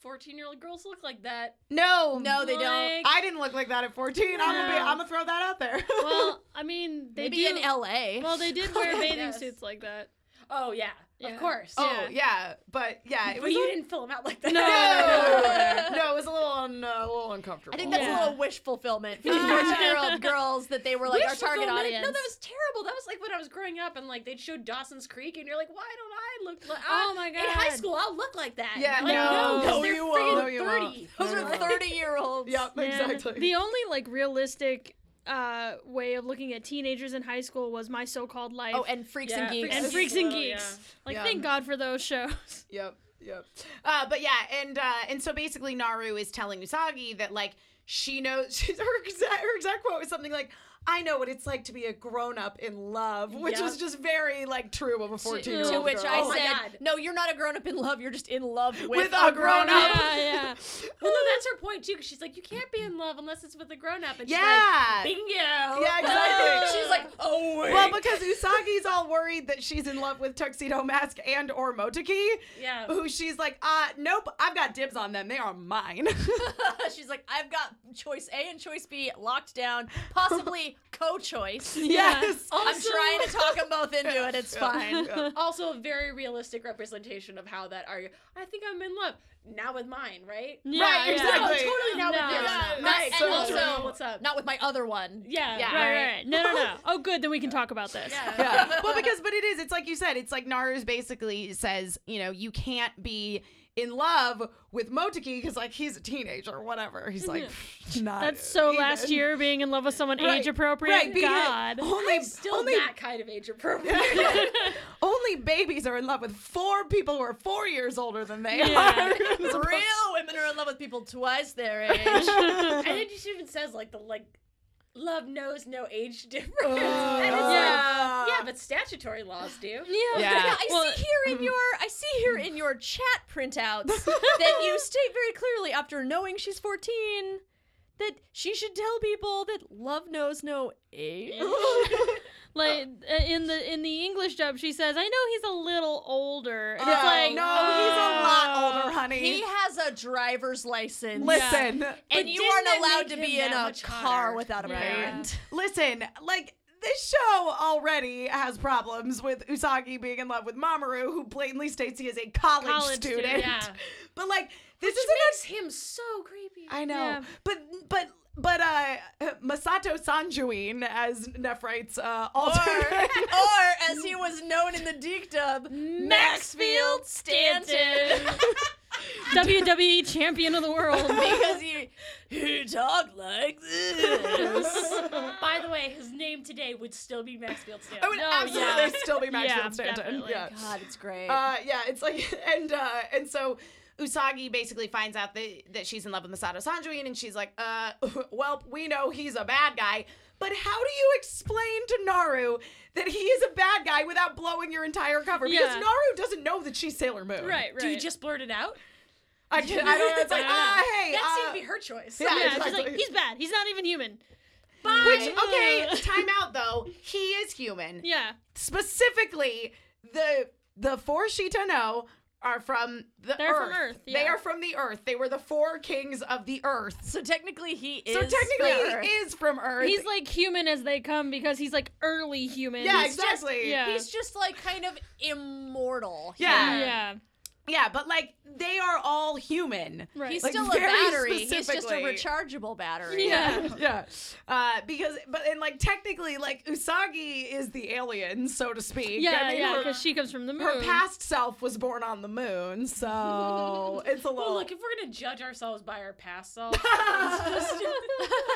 14 year old girls look like that.
No,
No, they don't.
Like-
I didn't look like that at 14. I'm gonna be,
No.
I'm gonna throw that out there.
Well, I mean, they
Maybe
do,
in LA.
Well, they did wear bathing
Yes.
suits like that.
Oh, yeah.
Yeah.
Of course.
*laughs* Oh yeah, but yeah, it
*laughs*
But
was.
you
a-
didn't fill them out like that. *laughs*
No.
no, no, it was a little un, uh, a little uncomfortable.
I think that's
Yeah.
a little wish fulfillment
*laughs*
for 14 year old girls that they were like our
Wish
target
fulfillment?
audience.
No, that was terrible. That was like when I was growing up and like they'd show Dawson's Creek and you're like, why don't I look like
Oh my
In high
God.
school, I'll look like that.
Yeah,
like,
Oh.
no.
no,
No,
they're
you
friggin'
won't. No, you
30.
won't.
Those are 30 year
*laughs*
olds.
Yep,
Man,
exactly.
The only like realistic uh, way of looking at teenagers in high school was my so-called life.
Oh, and Freaks and
Yeah,
Geeks.
and
Yes.
Freaks and
Well,
Geeks. Like,
Yeah.
thank God for those
*laughs*
shows. *laughs*
Yep, yep. Uh, but yeah, and uh, and so basically, Naru is telling Usagi that like she knows. *laughs* She's, her exact her exact quote was something like, "I know what it's like to be a grown up in love," which
Yep.
was just very like true of a
*laughs* To,
fourteen year old.
to which I
Oh my
said,
God.
No, you're not a grown up in love. You're just in love with,
With a grown up.
*laughs*
Yeah, yeah.
*laughs*
Well, no, that's her point too, because she's like, you can't be in love unless it's with a grown up. And
yeah,
she's like, bingo.
yeah, exactly.
*laughs* She's like, Oh, wait.
Well, because Usagi's all worried that she's in love with Tuxedo Mask and or Motaki,
Yeah.
who she's like, uh, nope, I've got dibs on them. They are mine. *laughs*
She's like, I've got choice A and choice B locked down,
*laughs*
possibly co choice.
yes.
I'm trying to talk them both into it. It's fine.
Yeah.
Also, a very realistic representation of how that argument. I think I'm in love now with mine, right?
Yeah,
Right,
yeah.
No,
exactly.
totally
No.
now with yours.
Yeah,
Not-
right.
And
So
also,
true.
what's up?
Not with my other one.
yeah,
Right,
Yeah.
right, right. No, no, no. Oh, good. Then we can talk about this.
Yeah.
*laughs* yeah. Well, because but it is. It's like you said. It's like Naru's basically says, you know, you can't be in love with Motaki because like he's a teenager or whatever. He's like, not.
That's so
even.
last year being in love with someone
Right,
age appropriate.
Right. Oh be it-
God.
Only
Still
only
that kind of age appropriate.
only babies are in love with four people who are four years older than they
Yeah.
are.
Real women are in love with people twice their age.
and then she even says like the like, love knows no age difference. *laughs* and it's like,
yeah.
yeah, but statutory laws do.
Yeah.
Yeah, I
Well-
see here in your I see here in your chat printouts that you state very clearly after knowing she's 14 that she should tell people that love knows no age.
*laughs* Like uh, in the in the English dub, she says, "I know he's a little older." And it's
Oh,
like,
no, he's a lot older, honey.
*laughs* He has a driver's license.
Listen,
And
But
you
didn't
aren't
that
allowed
make
to
him
be in
that
a
much
car
hotter?
without a
Yeah.
parent. *laughs*
listen, like this show already has problems with Usagi being in love with Mamoru, who plainly states he is a college,
College student,
student.
yeah.
*laughs* But like this
Which
is
makes him so creepy.
I know.
Yeah.
But but but uh Masato Sanjuin as Nephrite's uh alter.
or as he was known in the Deke dub,
"Oh,
Maxfield Stanton.
*laughs*
WWE E champion of the world.
because he he talked like this.
By the way, his name today would still be Maxfield Stanton.
I would
No,
absolutely
yeah.
still be Maxfield
Yeah,
Stanton.
definitely.
Yeah.
God, it's great.
Uh, yeah, it's like *laughs* and uh, and so Usagi basically finds out that that she's in love with Masato Sanjuin, and she's like, uh, *laughs* well, we know he's a bad guy. But how do you explain to Naru that he is a bad guy without blowing your entire cover? Because
Yeah.
Naru doesn't know that she's Sailor Moon.
right, right.
Do you just blurt it out?
I, can, I don't know. It's like, ah, hey.
That
uh,
seemed to be her choice.
yeah,
yeah, she's
exactly.
like, he's bad. He's not even human.
Which, okay, time out though. He is human.
Yeah.
specifically the the four Shita no are from the
They're
earth.
from Earth,
They
yeah.
are from the earth. They were the four kings of the earth.
so technically, he is.
so technically
Earth.
he is from earth.
He's like human as they come because he's like early human.
Yeah,
He's just-
exactly.
yeah.
he's just like kind of immortal.
yeah. yeah.
yeah.
but like they are all human.
Right.
He's
Like,
still a
very
battery. He's just a
specifically.
rechargeable battery.
yeah.
*laughs* Yeah. Uh because but and like technically like Usagi is the alien, so to speak.
Yeah,
I mean,
yeah,
her-
because she comes from the moon.
her past self was born on the
*laughs*
moon, so it's a little
Well, look, if we're gonna judge ourselves by our past
*laughs*
selves, *laughs*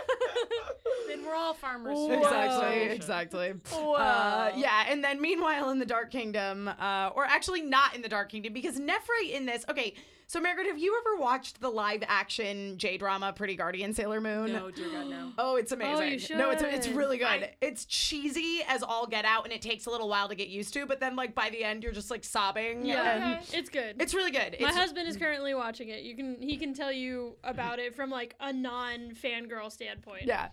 then we're all farmers. for
Exactly,
salvation.
exactly. Uh, yeah, and then meanwhile in the Dark Kingdom, uh, or actually not in the Dark Kingdom, because Nephrite in this. Okay, so Margaret, have you ever watched the live action J drama Pretty Guardian Sailor Moon?
No, dear God, no.
Oh, it's amazing. No, it's it's
should.
really good. it's cheesy as all get out, and it takes a little while to get used to. But then, like by the end, you're just like sobbing.
Yeah,
and
it's good.
it's really good.
My
It's-
husband is currently watching it. You can he can tell you about it from like a non fangirl standpoint.
Yeah.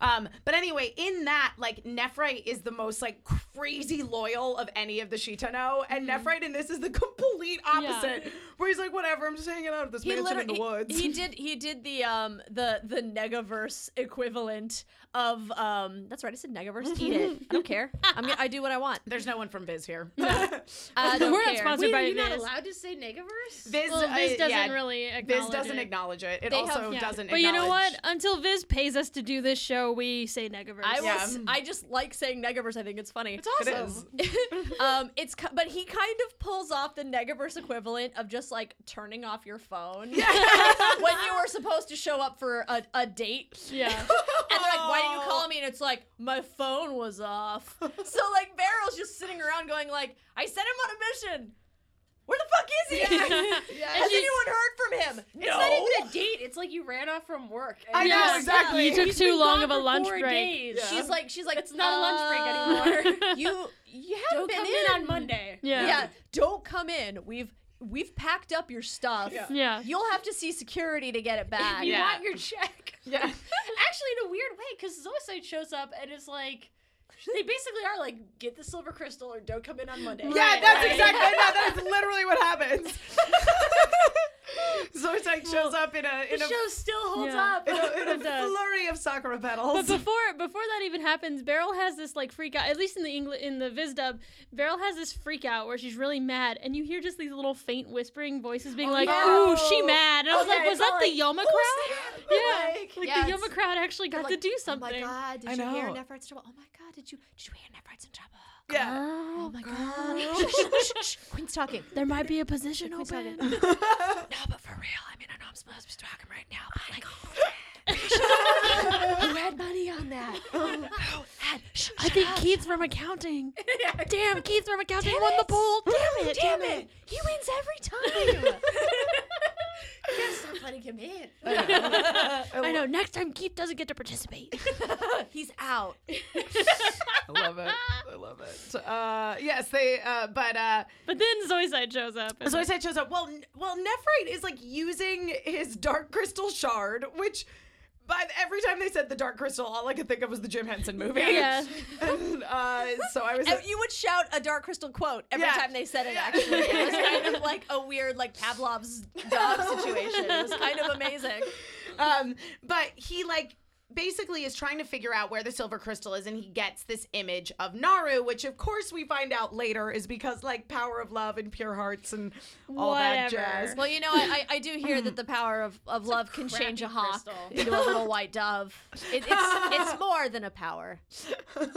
Um, but anyway, in that, like Nephrite is the most like crazy loyal of any of the Shitano, and Nephrite in this is the complete opposite. Where he's like, whatever, whatever. I'm just hanging out at this mansion in the
literally-
woods.
He, he did he did the um the the negaverse equivalent of um that's right I said negaverse eat it I don't care I mean I do what
*laughs*
I want
*laughs* There's no one from Biz here.
I don't
We're not
care.
sponsored
Wait,
by
are you not
Viz.
allowed to say
*laughs*
negaverse?
Viz,
Well, Viz
uh,
doesn't
yeah,
really acknowledge
Viz doesn't
it.
acknowledge it. It
They
also
have-
Yeah.
doesn't.
But you know what?
acknowledge-
Until Viz pays us to do this show, we say negaverse.
I
Yeah.
was I just like saying negaverse I think it's funny it's
It is.
*laughs* um it's ki- but he kind of pulls off the negaverse equivalent of just like turning off your phone *laughs* when you were supposed to show up for a, a date
*laughs*
Yeah.
And they're like, why didn't you
Oh.
call me? And it's like, my phone was off. *laughs* so like Barrel's just sitting around going like, I sent him on a mission. Where the fuck is he? at? *laughs* Has
she's-
anyone heard from him?
It's not even a date. It's like you ran off from work. and
I
you're
know,
like,
exactly.
You took
"He's
too
been
long
gone
of a
for
lunch
four
break."
days."
Yeah.
She's like, she's like,
It's not a lunch break anymore.
"Uh, *laughs* you you haven't
Don't
been
come
in.
in on Monday.
Yeah.
Yeah, don't come in. We've we've packed up your stuff.
Yeah.
Yeah.
You'll have to see security to get it back.
You
Yeah.
want your check.
*laughs*
*laughs*
Yeah.
Actually, in a weird way, because Zoicide shows up and is like, they basically are like, get the silver crystal or don't come in on Monday.
Yeah, that's exactly no, that's literally what happens. *laughs* so it's like shows up in a
The
in a,
show still holds
Yeah.
*laughs*
up.
in a, in
It
a
does.
flurry of Sakura
But
*laughs* petals.
before before that even happens, Beryl has this like freak out. At least in the Engli- in the Viz dub, Beryl has this freak out where she's really mad, and you hear just these little faint whispering voices being like,
yeah.
"Ooh, she mad." And I was
Okay,
like, "Was
it's
that
all
the Yoma
like,
*laughs* crowd?" Yeah,
Like,
like
Yeah,
the
it's-
Yoma crowd actually got to
like,
do something.
Oh my god, did
I
you hear
know.
Nefert's trouble? Oh my god, did you did you hear
*laughs*
Nefert's in trouble?
yeah.
Oh my
Girl.
god. Shh, shh, shh, shh. Queen's talking.
There might be a position open.
No, but for real, I mean, I know I'm supposed to be talking right now, but like, who had money on that? Who had? Shh,
I think Keith's from accounting. Damn, Keith's from accounting won the poll. Damn it!
damn it, he wins every time.
Stop letting him in.
I know. Next time Keith doesn't get to participate.
He's out.
I love it. I love it. Uh, yes, they. Uh, but uh,
But then Zoicide shows up. and-
so I said shows up. Well, n- well, Nephrite is like using his dark crystal shard, which. By the- every time they said the dark crystal, all I could think of was the Jim Henson movie.
Yeah.
*laughs* and, uh, so I was.
And you would shout a dark crystal quote every
Yeah.
time they said it. Actually, it was kind of
*laughs*
like a weird, like Pavlov's dog situation. It was kind of amazing.
um, but he like basically is trying to figure out where the silver crystal is and he gets this image of Naru which of course we find out later is because like power of love and pure hearts and all that
Whatever.
jazz.
Well, you know, I, I I do hear that the power of, of love can change a
crappy
hawk
crystal.
into a little white dove. It, it's
*laughs*
it's more than a power.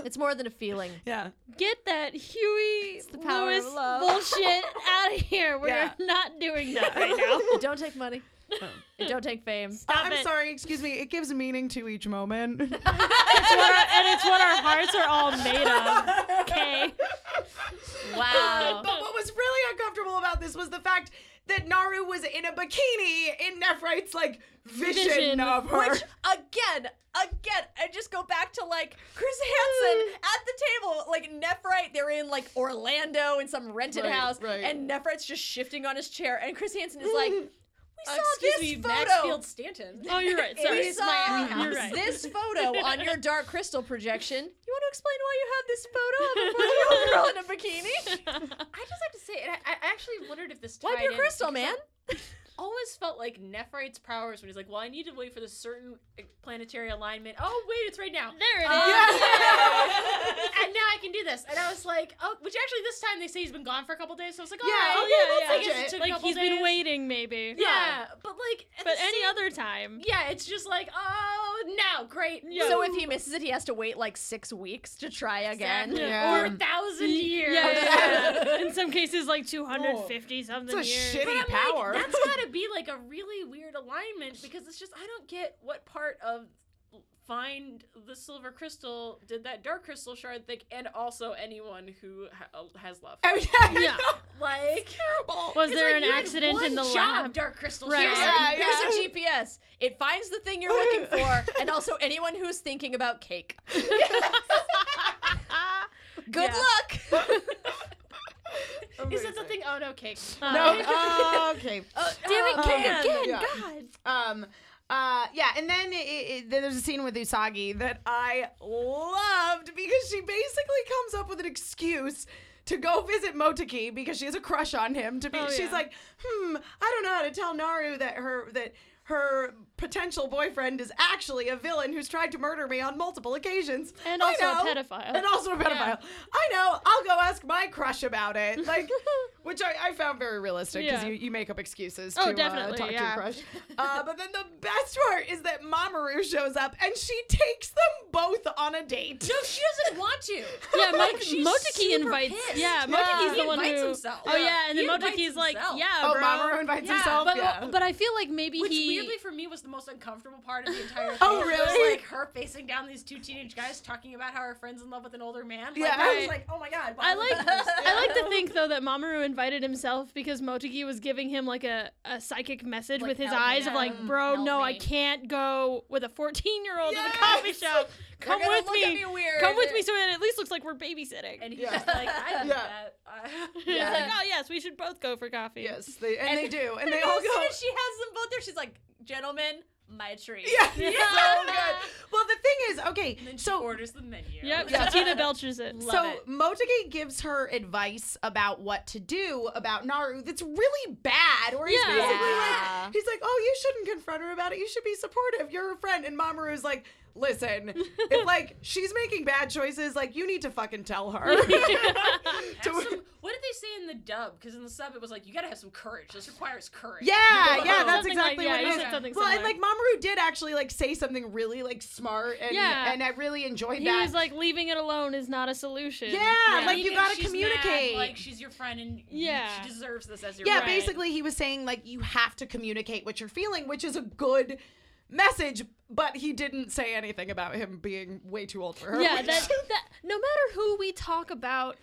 It's more than a feeling.
Yeah.
Get that Huey
the power of
Lewis
love.
bullshit out of here. We're
Yeah.
not doing that right now.
It don't take money.
Oh.
It don't take fame. *laughs*
I'm
it.
sorry, excuse me. It gives meaning to each moment.
It's what our, and it's what our hearts are all made
*laughs*
of. Okay.
Wow.
*laughs* But what was really uncomfortable about this was the fact that Naru was in a bikini in Nephrite's like vision,
Vision.
of her.
*laughs* Which again, again, I just go back to like Chris Hansen *sighs* at the table, like Nephrite. They're in like Orlando in some rented
Right,
house,
right.
and Nephrite's just shifting on his chair, and Chris Hansen is *laughs* like, "We saw
Excuse
this
me,
photo.
Maxfield Stanton.
*laughs* Oh, you're right. Sorry.
we saw
You're right.
*laughs* this photo on your dark crystal projection. You want to explain why you have this *laughs* photo of a 40 year old girl in a bikini? *laughs*
I just have to say, and I, I actually wondered if this.
Wipe
tied
your
in,
crystal,
because I
man.
Always felt like Nephrite's powers when he's like, "Well, I need to wait for the certain eh, planetary alignment." Oh, wait, it's right now.
There it is. *laughs*
and now I can do this. And I was like, oh, which actually this time they say he's been gone for a couple days. So I was like, all
Yeah,
right,
oh, yeah,
I
yeah.
guess it took a
Like
couple
he's been
days.
waiting, maybe.
Yeah, but like, at
But
the
any
same-
other time.
yeah, it's just like, oh, now great.
Yeah.
So if he misses it, he has to wait like six weeks to try again.
Exactly.
Yeah.
or a thousand
Yeah,
years.
yeah, yeah. *laughs* In some cases, like 250
it's
something
a
years.
shitty power.
Like,
*laughs*
that's gotta be like a really weird alignment because it's just I don't get what part of find the silver crystal did that dark crystal shard think, and also anyone who ha- uh, has love.
*laughs* I mean, I
Yeah.
know.
Like,
Terrible.
Was
it's
there an
like you had
accident in
one
the
job,
lab?
Dark crystal
Right.
shard.
Yeah,
Here's a GPS. It finds the thing you're
*laughs*
looking for, and also anyone who's thinking about cake. Good
*laughs*
luck.
Is that the thing? Oh no, cake.
Uh, *laughs*
No. okay. *laughs*
Damn it, cake
Um,
again.
yeah.
God.
Um. Uh. Yeah. And then it, it, then there's a scene with Usagi that I loved because she basically comes up with an excuse to go visit Moteki because she has a crush on him. To be,
Oh,
she's
yeah.
like, hmm, I don't know how to tell Naru that her that her potential boyfriend is actually a villain who's tried to murder me on multiple occasions
And
I
also a
know.
pedophile.
And also a pedophile. I know. I'll go ask my crush about
*laughs*
it. Like, which I, I found very realistic because
Yeah.
you, you make up excuses
Oh,
to
definitely,
uh, talk
yeah.
to your
*laughs*
crush. Uh, but then the best part is that Mamoru shows up and she takes them both on a date.
No, she doesn't want to.
Yeah, Mo-
She's
Moteki
super
invites.
pissed.
Yeah,
Yeah.
Moteki's the
He
one
invites
who.
himself.
Oh
Yeah.
yeah, and then
He invites
Moteki's like,
himself.
yeah,
Oh,
bro.
Mamoru invites
Yeah,
himself.
but uh,
yeah.
but I feel like maybe
Which
he.
weirdly for me was the most uncomfortable
*laughs*
part of the entire thing.
Oh, really?
Was, like her facing down these two teenage guys talking about how her friend's in love with an older man. Like,
Yeah.
I
Right.
was like, oh my god. why
I
*laughs*
would
like
this-
I like to think though that Mamoru invited himself because Motegi was giving him like a, a psychic message
Like,
with his
help me.
eyes of like,
Yeah.
bro,
Help
no, I
me."
can't go with a fourteen year old to the coffee
Yes!
shop. Come
gonna
with
look
me.
at me weird.
Come with me so it at least looks like we're babysitting.
And he's
Yeah.
just like, I
Yeah.
*laughs*
did that. I-
*laughs* He's
Yeah.
like, oh yes, we should both go for coffee.
yes, they, and,
And-
they do. And
And
they all
as soon
go.
as she has them both there, she's like, "Gentlemen, my treat."
*laughs*
Yeah, so good. Well, the thing is, okay,
And then she
so
orders the menu.
Yep.
Yeah.
Tina belches it.
Love
so
it.
Motegi gives her advice about what to do about Naru that's really bad. Where he's
Yeah.
basically
Yeah.
like, he's like, oh, you shouldn't confront her about it. You should be supportive. You're her friend. And Mamoru's like, listen,
*laughs*
if like she's making bad choices, like you need to fucking
*laughs*
tell her. *laughs*
Have
To-
some- what did they say in the dub? Because in the sub, it was like, you gotta have some courage. This requires courage.
yeah, yeah, that's
Something
exactly
like, yeah,
what it
he
is.
said something
well, and
similar.
like Mamoru did actually like say something really like smart, and
Yeah.
and I really enjoyed
He
that.
was like, leaving it alone is not a solution.
yeah,
Even
like you
if
gotta
she's mad,
communicate.
like she's your friend, and you-
Yeah.
she deserves this as your
yeah
friend.
basically he was saying like you have to communicate what you're feeling which is a good message but he didn't say anything about him being way too old for
*laughs*
her
yeah
which-
that, that no matter who we talk about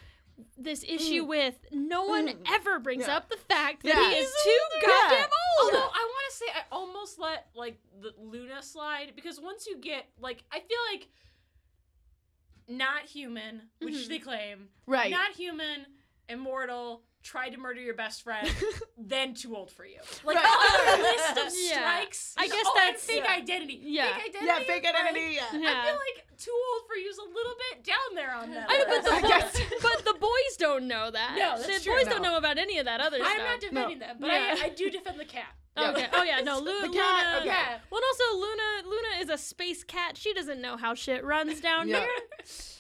this issue with no one ever brings up the fact that
Mm. Yeah.
he is
He's
too
older.
goddamn
Yeah.
old
Although I want to say I almost let like the Luna slide because once you get like I feel like not human, which they claim,
Mm-hmm. Right.
Not human, immortal, tried to murder your
*laughs*
best friend, then too old for you. Like
Right.
a *laughs* list of
Yeah.
strikes.
I guess
oh, and
that's-
fake
yeah.
identity.
Yeah.
fake identity.
yeah fake
like,
*laughs*
identity yeah.
I feel
yeah
like too old for you is a little bit down there on that.
I know, but
list.
the,
I guess.
boys, but the boys don't know that.
No, that's
the
true,
boys don't
no.
know about any of that other
I'm
stuff.
not defending them, but
Yeah.
I, I do defend the *laughs* cat.
Okay. Oh yeah. No. Lu-
*laughs* The cat,
Luna.
okay.
Well, and also Luna. Luna is a space cat. She doesn't know how shit runs down
Yeah.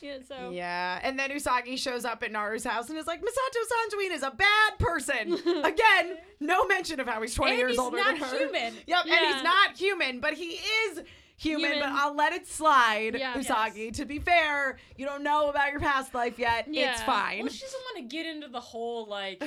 here. Yeah. So.
Yeah, and then Usagi shows up at Naru's house and is like, Misato Sanjuin is a
*laughs*
bad person. Again, no mention of how he's 20
And
years
he's
older
not
than her.
*laughs* human.
Yep, and
Yeah.
he's not human, but he is human,
Human.
but I'll let it slide,
Yeah.
Usagi. To be fair, you don't know about your past life yet. It's
Yeah.
fine. *laughs*
Well, she doesn't want to get into the whole like,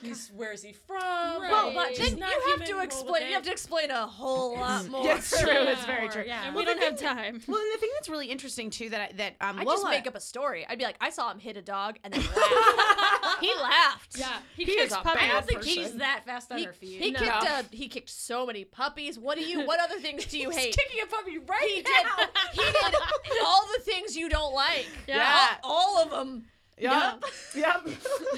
he's where's he from?
Well,
blah, blah.
but
She's
Then
not
you have
human,
to
blah, blah,
explain.
blah.
You have to explain a
*laughs*
whole lot more.
Yeah, it's true. It's
Yeah.
very true.
Yeah.
And
Well,
we don't have time.
Well, and the thing that's really interesting too that I- that um,
I
Lola,
just make up a story. I'd be like, I saw him hit a dog
*laughs*
and then laugh. he laughed.
Yeah. He,
is
kicks
a
puppies.
I don't
bad
think he's
person.
that fast on
He,
her feet. *laughs*
he
No.
kicked uh, he kicked so many puppies. What do you? What other things
*laughs*
do you hate?
kicking a puppy right
He did.
now.
He
*laughs*
did all the things you don't like.
Yeah.
All, all of them.
*laughs* Yep. Yep.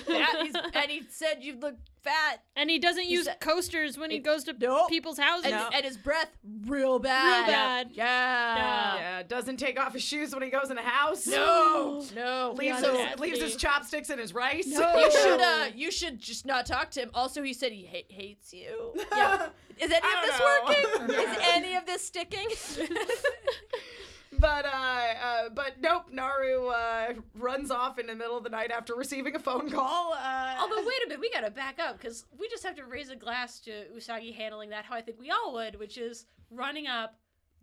That, he's, and he said you look fat.
And he doesn't use
said-
coasters when he goes to
Nope.
people's houses.
And, and his breath real bad.
Real bad.
Yeah.
yeah. Doesn't take off his shoes when he goes in the house.
No. No.
*laughs* Leaves
Yeah,
his
that's
leaves his
me.
chopsticks and his rice. *laughs*
You should uh, you should just not talk to him. Also, he said he ha- hates you. Yeah. Is any of this
I don't
working?
know.
Is any of this sticking?
But uh, uh, but nope. Naru uh, runs off in the middle of the night after receiving a phone call. Uh,
Although wait a minute, we gotta back up because we just have to raise a glass to Usagi handling that how I think we all would, which is running up,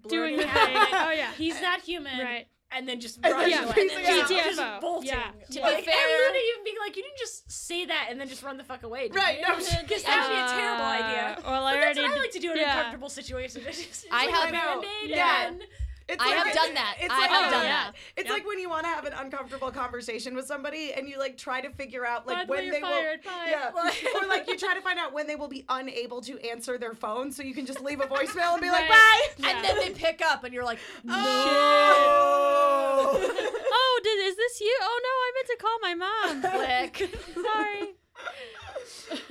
doing
blurting
the thing.
out *laughs* that
*laughs* Oh yeah.
He's not human,
Right.
*laughs* and then just
And then
running
just
away,
piecing out.
and then just,
GTFO.
just bolting.
Yeah.
To
Yeah. To
be
be
and
fair-
Luna even being like, you didn't just say that and then just run the fuck away. *laughs* did
Right,
you?"
no,
it's actually a terrible idea.
Uh, Well, I
But that's
already.
what I like to do in
yeah.
uncomfortable situations. *laughs* It's just- it's
I
like
have-
a Band-Aid
Yeah.
and-
It's
I have
when-
done that.
It's
I
like
have
when-
done
Yeah.
that.
It's like when you want to have an uncomfortable conversation with somebody and you like try to figure out like
By the way,
when
you're
they will.
fired. Bye. *laughs*
Yeah. or like you try to find out when they will be unable to answer their phone, so you can just
*laughs*
leave a voicemail and be
Right.
like, "Bye."
Yeah.
And then they pick up, and you're like,
Oh.
oh, did, is this you? Oh no, I meant to call my mom.
click.
*laughs* Sorry.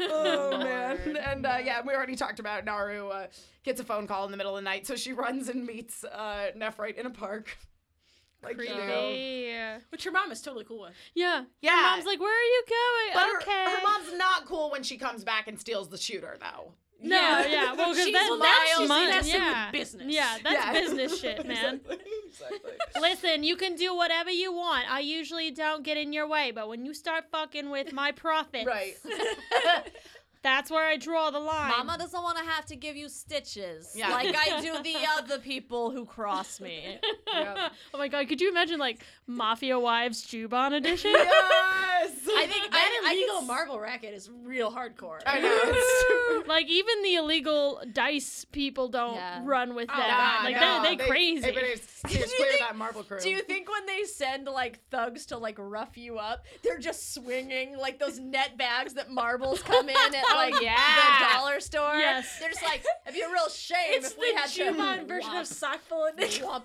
*laughs* oh man! And uh, yeah, we already talked about Naru uh, gets a phone call in the middle of the night, so she runs and meets uh, Nephrite in a park. Like, you know.
Creepy.
Which your mom is totally cool with.
Yeah.
Yeah.
Your mom's like, where are you going?
But her-
okay.
her, mom's not cool when she comes back and steals the shooter, though.
No, yeah. Well, because
She's
that,
wild.
that's
She's
money.
messing with
yeah.
business.
Yeah, that's
Yeah. *laughs*
business shit, man.
exactly.
Listen, you can do whatever you want. I usually don't get in your way, but when you start fucking with
*laughs*
my profits, *laughs*
Right.
that's where I draw the line.
Mama doesn't want to have to give you stitches
Yeah.
like I do the other people who cross me.
Yep.
oh my god, could you imagine like Mafia Wives Juban
*laughs*
edition?
yes.
I think
That
I,
illegal
I can,
marble racket is real hardcore.
I know. It's
like even the illegal dice people don't
Yeah.
run with that.
Nah,
like
nah,
they they crazy.
Oh, They, it's, it's
you
clear
think-
that marble crew. *laughs*
Do you think when they send like thugs to like rough you up, they're just swinging like those net bags that marbles come in at like
yeah.
the dollar store?
Yes.
They're just like, it'd be a real shame
It's
if we
the
had to
Juman version of
whomp-
sock full of nickels.
whomp.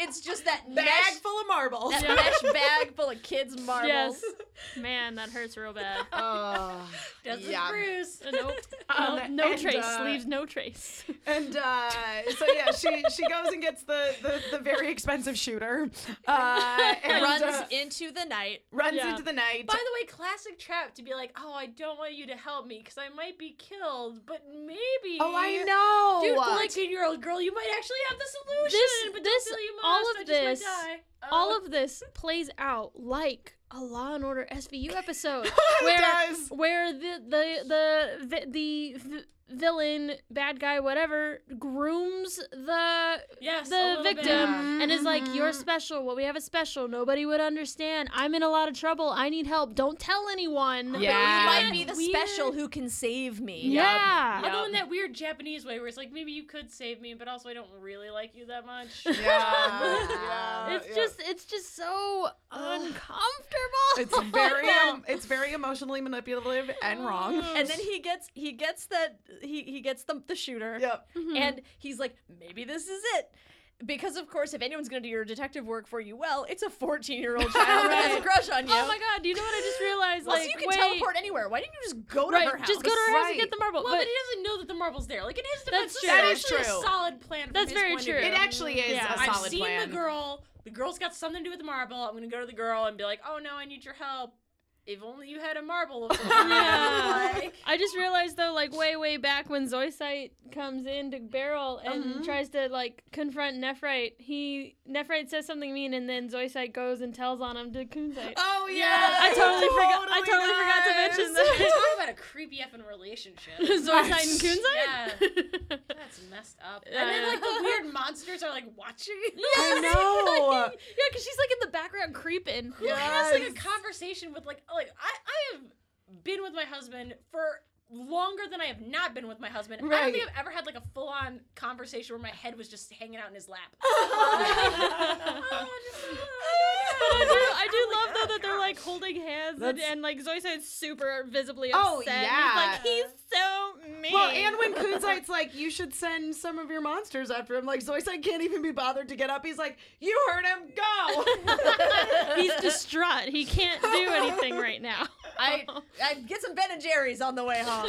It's just that
bag
mesh,
full of marbles?
that *laughs* mesh bag full of kids marbles.
yes. Man, that hurts real bad.
Oh,
Does
yeah.
Bruce.
Uh,
*laughs*
Nope.
Um,
No, no
and,
trace.
uh,
Leaves no trace.
And uh, so yeah, she she goes and gets the the, the very expensive shooter, uh, and
Runs
uh,
into the night.
runs
yeah.
into the night.
By the way, classic trap to be like, oh, I don't want you to help me because I might be killed, but maybe.
oh, I know.
Dude, like a year old girl, you might actually have the solution.
This-
but
this-
don't feel you must.
all
I
of
just might
this-
die. Oh.
all of this plays out like a Law and Order SVU episode
it
where
does.
where the the the the, the, vi- villain, bad guy, whatever, grooms the
Yes, a
the
little
victim
bit.
Yeah.
and is like, "You're special. Well, we have a special. Nobody would understand. I'm in a lot of trouble. I need help. Don't tell anyone."
You
Yeah.
might be the
Weird.
special who can save me.
Yeah.
Although in that weird Japanese way where it's like, maybe you could save me, but also I don't really like you
*laughs*
that much.
yeah, yeah,
It's
yeah.
just it's just so uncomfortable.
it's very um, it's very emotionally manipulative and wrong.
And then he gets he gets that he he gets the the shooter.
Yep.
And he's like, maybe this is it. Because of course, if anyone's gonna do your detective work for you well, it's a fourteen year *laughs* old child who has a crush on you.
Oh my god, do you know what I just realized?
Also,
like,
you can
wait,
teleport anywhere. Why didn't you just go to
Right,
her house?
just go to her house and
Right.
get the marble.
Well,
but
but, he doesn't know that the marble's there. Like in his defense,
That's
that's
true.
That is
actually
true.
a solid plan. From
That's
his
very
point of
true.
view.
It actually is
Yeah.
a
I've
solid
seen
plan.
the girl. The girl's got something to do with the marble. I'm gonna go to the girl and be like, "Oh no, I need your help. If only you had
*laughs*
a marble." of mine."
Yeah. *laughs*
Like,
I just realized though, like way way back when Zoisite comes in to Beryl and
Mm-hmm.
tries to like confront Nephrite, he Nephrite says something mean, and then Zoisite goes and tells on him to Kunzite.
Oh yeah.
I totally forgot. I
totally
totally forgot to mention
*laughs*
Talk
that.
about a creepy effing relationship.
Zoisite and Kunzite.
That's messed up. And then like the weird monsters are like watching.
*laughs*
I know.
yeah, because she's like in the background creeping.
Who has like a
Yes.
conversation with like like I I have been with my husband for longer than I have not been with my husband. I
Right.
don't think I've ever had like a full on conversation where my head was just hanging out in his lap. *laughs* Oh, just,
But I do, I do love though that they're
gosh.
like holding hands and,
That's-
and like Zoisite's super visibly upset.
Oh,
and
yeah.
he's like he's so mean.
*laughs* Well, and when Kunzite's like, you should send some of your monsters after him, like Zoisite can't even be bothered to get up. He's like, you heard him, go. *laughs*
He's distraught. He can't do anything right now. *laughs*
I,
Oh.
I get some Ben and Jerry's on the way home.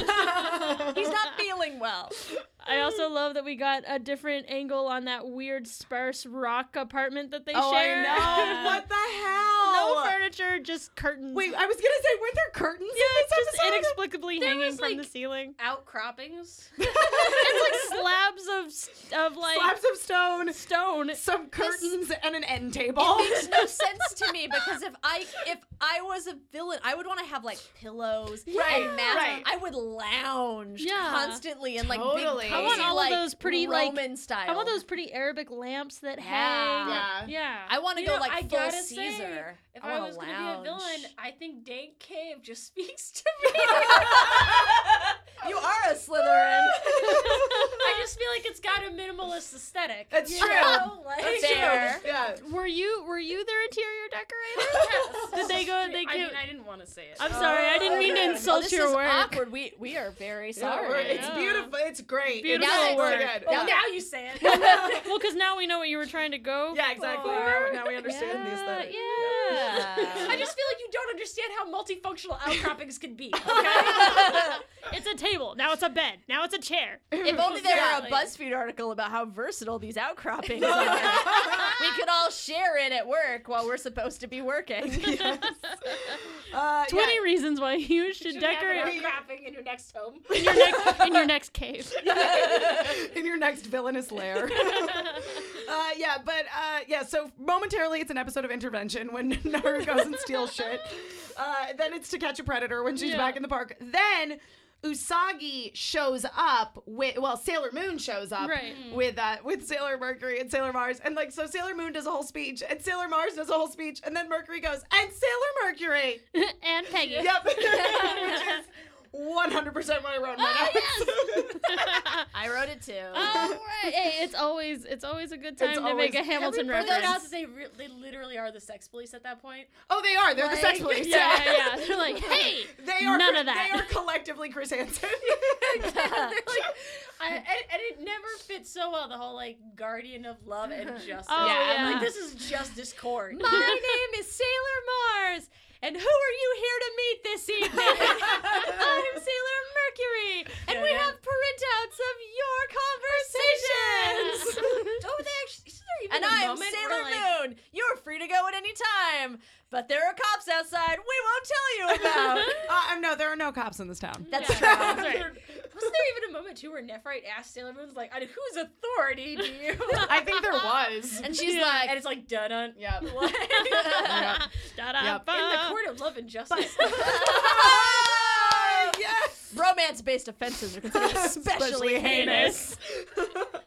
He's not feeling well.
I also love that we got a different angle on that weird sparse rock apartment that they share.
Oh,
*laughs*
know. what the hell?
no furniture, just curtains.
Wait, I was gonna say, weren't there curtains?
yeah, it's just
episode?
inexplicably hanging
was,
from
like-
the ceiling.
Outcroppings.
It's like slabs of s- of like
Slabs of stone,
stone.
some curtains, and an end
It
table.
makes no sense to me because if I if I was a villain, I would want to have like pillows
Right,
and mats.
right.
I would lounge
Yeah.
constantly and like
Totally.
big,
I
want
cozy,
all of
like,
those pretty, like-
Roman style.
I want those pretty Arabic lamps that hang.
Yeah.
*laughs* Yeah.
Yeah.
I want to
You
go
know,
like
I
full
gotta say,
Caesar.
If
I
I,
want
was
to
gonna be a
lounge.
villain, I think Dank Cave just *laughs* speaks to me.
you are a Slytherin.
I just feel like it's got a minimalist aesthetic.
That's
you
*laughs*
true.
know? Like-
That's
True.
fair.
Yeah.
were you were you their interior decorator? *laughs* Did they go? They
I,
give.
mean, I didn't want to say it. Oh,
I'm sorry, I didn't mean to
okay.
Well,
insult
Oh, this
your
is
work.
awkward. We we are very
Yeah, we're-
sorry.
it's
Yeah.
beautiful. It's great.
Beautiful
it's so
work.
good.
Well,
Yeah.
now you say it.
Well, because now we know what you were trying to go.
Yeah, exactly.
for.
Now, now we understand
yeah,
these things. *laughs*
Yeah.
I
Yeah.
just feel like you don't understand how multifunctional outcroppings can be. Okay.
It's a table. Now it's a bed. Now it's a chair.
*laughs* If only there were a
Exactly.
BuzzFeed article about how versatile these
*laughs*
outcroppings are. we could all share it at work while we're supposed to
*laughs*
be
*laughs*
working.
Uh, yeah.
20 reasons why you should,
You have an
decorate
outcropping in your next home.
in your, *laughs* next, in your next cave.
*laughs* in your next villainous lair.
*laughs*
uh, yeah, but uh, yeah, so momentarily it's an episode of Intervention when *laughs* Naru goes and steals shit. Uh, then it's To Catch a Predator when she's
Yeah.
back in the park. Then Usagi shows up with well Sailor Moon shows up
Right.
with uh, with Sailor Mercury and Sailor Mars and like so Sailor Moon does a whole speech and Sailor Mars does a whole speech and then Mercury goes and Sailor Mercury
and Peggy.
yep *laughs* which is 100% what I wrote in
Ah,
my notes. *laughs*
I wrote it too.
*laughs* All right. Hey, it's always it's always a good time
It's
to make
always-
a Hamilton
Have we pointed out
reference.
that they re- they literally are the sex police at that point.
oh they are they're the sex
Like-
police
Yeah, yeah, *laughs* yeah. They're like, hey,
*laughs* They are
none of that.
They are collectively
*laughs*
Chris Hansen. *laughs*
They're like, I, and, and it never fits so well. The whole like guardian of love *laughs* and justice.
Oh,
I'm
yeah.
Like this is just *laughs* discord.
My name is Sailor Mars, and who are you here to meet this
*laughs*
evening? I'm Sailor Mercury, and we have printouts of your conversations.
*laughs* Oh, they actually. Is there even
and
a
I'm
moment
Sailor
where, like,
Moon. You're free to go at any time, but there are cops outside. We won't tell you about.
*laughs*
uh, no, there are no cops in this
*laughs*
town.
That's
Yeah.
true.
That's right.
Wasn't there even a moment too where Nephrite asked Sailor Moon's like, "I- "Whose authority do *laughs* you?"
I think there was.
And she's
Yeah.
like,
and it's like dun dun.
*laughs* Yeah.
*laughs* What?
*laughs* Da-da-ba.
In the court of love and *laughs* justice.
yes.
romance-based offenses are
*laughs*
considered especially *laughs* heinous.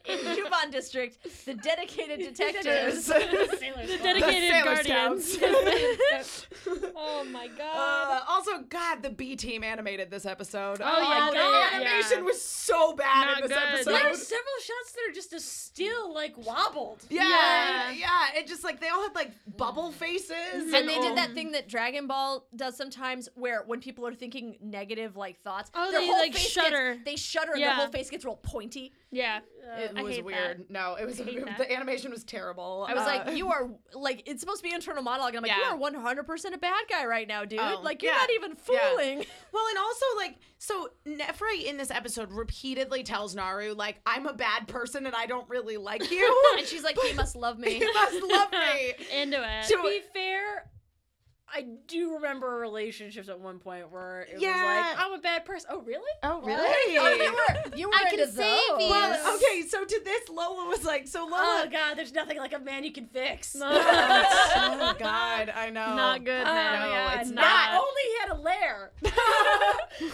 In Juban District, the
*laughs*
dedicated
*laughs*
detectives.
Sailor
the
Moon.
*laughs* dedicated
Sailor's
guardians. *laughs*
*laughs*
towns.
oh my god.
Uh, also, God, the B team animated this episode.
Oh, yeah,
the
they-
animation
yeah.
was so bad
Not
in this
good.
There are
episode.
several shots that are just a still like wobbled.
Yeah,
Yeah. Mhm.
yeah, It just like they all had like bubble faces,
And they
all-
Um,
did that thing that Dragon Ball does sometimes where when people are thinking negative like thoughts,
Oh,
their
they,
whole
like,
face
shudder.
Gets, they shudder and
Yeah.
their whole face gets real pointy.
yeah.
It
Uh, I
was
hate
weird. No, it was
hate that.
*laughs* the animation was terrible.
I was
Uh,
like, you are like it's supposed to be internal monologue. And I'm like,
Yeah.
you are 100% a bad guy right now, dude.
Oh,
like you're
yeah.
not even
Yeah.
fooling.
*laughs*
Well, and also like so Nefri in this episode repeatedly tells Naru like I'm a bad person and I don't really
*laughs*
like you.
And she's like, he must love me.
*laughs*
Oh,
you must love me. *laughs*
Into it.
To
So-
be fair, I do remember relationships at one point where it
Yeah.
was like, I'm a bad person. Oh, really?
Oh
you were, you were
I can
into
save
those.
you.
Well, okay, so to this Lola was like,
Uh,
so
Oh,
Lola.
*laughs*
God, there's nothing like a man you can
*laughs*
fix. *laughs*
Oh, God, I know.
Not good, man.
no,
yeah,
it's
Not
not.
only he had a lair.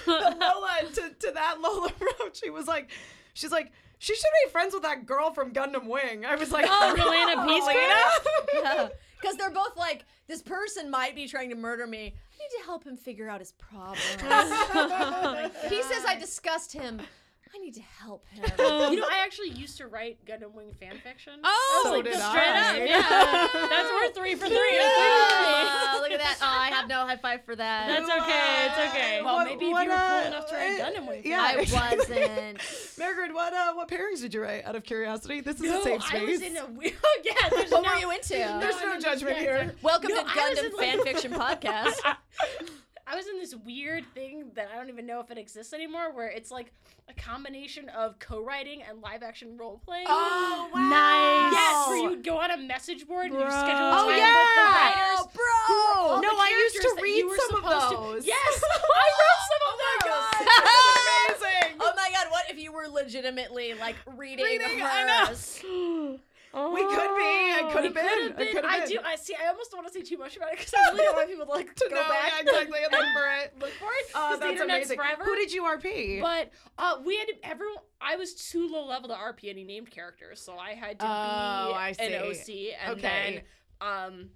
But Lola to, to that Lola *laughs* wrote, she was like, she's like, she should be friends with that girl from Gundam Wing. I was like,
Oh,
*laughs*
Relena Beastcraft?
Relena?
Because they're both like, this person might be trying to murder me. I need to help him figure out his *laughs* problems. he says I disgust him. I need to help him.
You know, I actually used to write Gundam Wing fan fiction.
Oh,
So
like
did
straight
I.
up, yeah.
*laughs*
That's worth three for three.
*laughs* Ah, look at that. Oh, I have no high five for that.
That's okay. It's okay.
Well, maybe if you were cool
uh,
enough to write
uh,
Gundam Wing.
Yeah.
I
*laughs*
*laughs* wasn't.
Margaret, what uh, what pairings did you write? Out of curiosity, this is
No,
a safe
I
space. Oh,
was in a *laughs* weird. yeah, there's
What
no.
were you into?
There's no, judgment here.
Welcome to
No, I was
Gundam
in,
*laughs* Fanfiction
like-
Podcast.
I was in this weird thing that I don't even know if it exists anymore, where it's like a combination of co-writing and live-action role-playing.
Oh wow!
Nice.
Yes,
Wow.
where you would go on a message board and
Bro.
you schedule time
Oh,
with the
yeah.
writers.
Bro, no,
the
I used
characters
to
that
read
you were
some
supposed
of those.
*laughs*
To, yes, I wrote some of
Oh my
those.
god, this is
*laughs*
amazing.
Oh my god, what if you were legitimately like reading,
Reading, I know.
hers?
we could be. I could have been.
Could have
I could have
been. I
been.
do. I see. I almost don't want to say too much about it because
*laughs*
I really don't want people to like
to
go
know
back.
yeah, exactly and
*laughs*
look for it.
Look for it.
Oh,
'cause the
that's
internet's
amazing.
forever.
Who did you RP?
But uh, we had to, everyone. I was too low level to RP any named characters, so I had to
Oh, I
be
see.
an OC, and
Okay.
then um,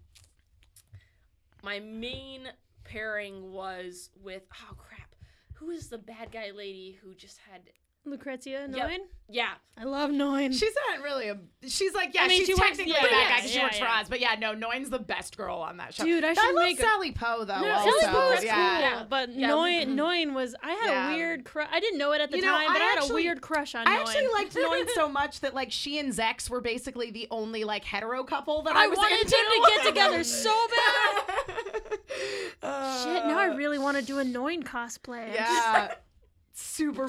my main pairing was with oh crap, who is the bad guy lady who just had
Lucrezia Noin.
Yep. yeah
I love Noin.
She's not really a. She's like yeah.
I mean,
she's
she works-
technically
yeah,
a bad
yeah,
guy because she
yeah,
works for
yeah.
us. But yeah, no, Noin's the best girl on that show.
Dude, I
I
should
love
make a-
Oh, Sally Poe though.
No,
also.
Sally
Sally Poe's
yeah. Mm-hmm.
cool,
Yeah.
but
Yeah.
Noin, Noin was. I had
Yeah.
a weird crush. I didn't know it at the
You know,
time, but
I
I, had a
actually-
weird crush on
I
Noin.
actually
*laughs*
liked Noin so much that like she and Zex were basically the only like hetero couple that
I
I, was
wanted
into. *laughs*
*laughs*
them to get together so bad. Shit, now I really want to do a Noin cosplay.
Uh, Yeah. Super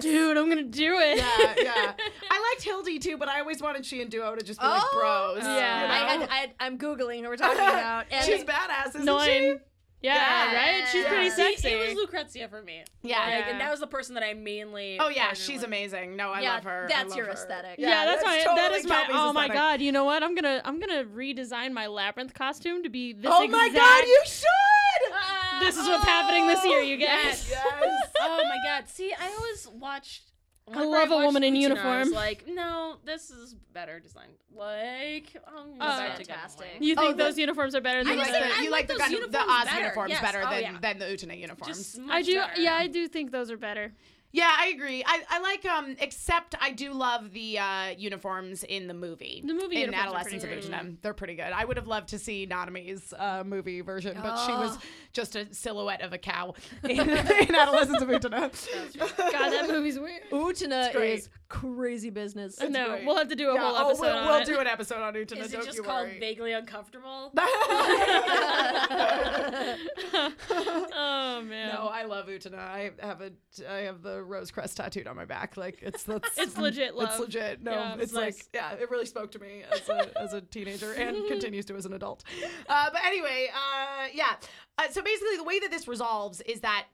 *laughs* Dude, I'm gonna do it. *laughs*
Yeah, yeah. I liked Hildy too, but I always wanted she and Duo to just be like
Oh,
bros.
yeah.
you know?
I, I, I, I'm googling who
*laughs*
we're talking about. And
She's badass, isn't
Noin.
she?
Yeah,
Yeah.
right? She's pretty
See,
sexy.
It was Lucrezia for me.
Yeah.
Like,
Yeah.
and that was the person that I mainly.
Oh yeah,
partnered
she's
with.
amazing. No, I
yeah,
love her. I
that's
love
your
her.
aesthetic.
Yeah.
that's,
that's
my that
totally
is my
Kelby's
oh my
aesthetic.
god, you know what? I'm gonna I'm gonna redesign my labyrinth costume to be this
Oh my
exact
god, you
*laughs*
should!
Ah!
This is what's happening this year, you guys.
*gasps* Yes.
oh my god. See, I always watched. whenever
love a
watched
woman in
Utena, I was
uniform.
like, no, this is better designed. Like, I'm
Oh,
back to
fantastic.
Gunpoint.
You think
the-
those uniforms are better than
You
just
the
like
think
the,
I
you
like
like the,
those
gun, the
uniforms
Oz
better.
uniforms
Yes.
better
Oh,
than,
yeah.
than the Utena uniforms.
Just
I
much
do
better.
yeah, I do think those are better.
yeah, I agree. I, I like um except I do love the uh uniforms in the movie.
The movie
in
uniforms are
Adolescence of
pretty great.
Utena. They're pretty good. I would have loved to see Nanami's uh, movie version, but she was just a silhouette of a cow *laughs* in, in Adolescence of Utena.
God, *laughs* that movie's weird.
Utena
great.
is crazy business.
no,
great.
we'll have to do a
Yeah,
whole episode
oh, we'll,
on
we'll
it.
*laughs* do an episode on Utena.
Is
don't
it just
you
called
worry.
vaguely uncomfortable?
oh *laughs* man.
No, I love Utena. I have a I have the rose crest tattooed on my back. Like it's that's
It's legit love.
It's legit. No,
Yeah,
it's,
it's
like
nice.
yeah, it really spoke to me as a, as a
*laughs*
teenager and continues to as an adult. Uh, but anyway, uh, yeah. Uh, so basically, the way that this resolves is that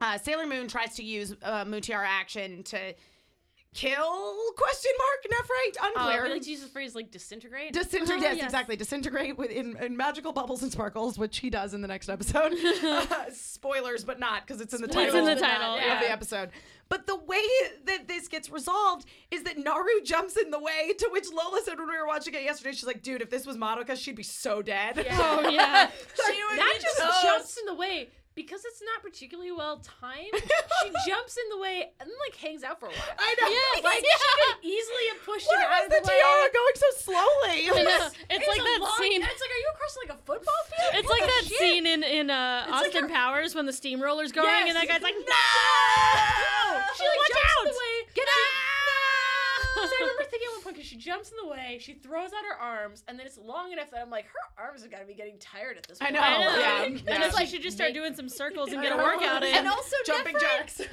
uh, Sailor Moon tries to use uh, Mutiara action to kill question mark Nephrite
Uh,
Oh,
unclear.
we like to use the phrase like disintegrate.
Disintegrate, yes,
yes.
exactly. Disintegrate with in, in magical bubbles and sparkles, which he does in the next episode. *laughs* spoilers, but not because it's in the title.
It's in the
but not
title,
of the
yeah.
episode. But the way that this gets resolved is that Naru jumps in the way. To which Lola said when we were watching it yesterday, she's like, "Dude, if this was Madoka, she'd be so dead." *laughs*
Oh yeah.
She would
That
be
just
just
jumps-
jumps in the way because it's not particularly well timed. she jumps in the way and like hangs out for a while.
I know. *laughs*
Yeah, like she could easily have pushed
Why
him out
was
of
the
the way.
tiara going so slowly?
*laughs* It's, it's like
a
that
long-
scene.
It's like, are you across like a football field?
It's
What
like
the
that
shit?
scene in in uh,
like
Austin
her-
Powers when the steamroller's going
Yes.
and that guy's like, no.
She like
Watch
jumps
out!
in the way.
Get
So
out!
I remember thinking at one point because she jumps in the way, she throws out her arms, and then it's long enough that I'm like, her arms have got to be getting tired at this
*laughs* I
point.
know.
I know.
Yeah.
And
Yeah.
then she should just start doing some circles and get a workout in.
And also,
Jumping
Nephrite,
*laughs* jacks. Oh,
*laughs*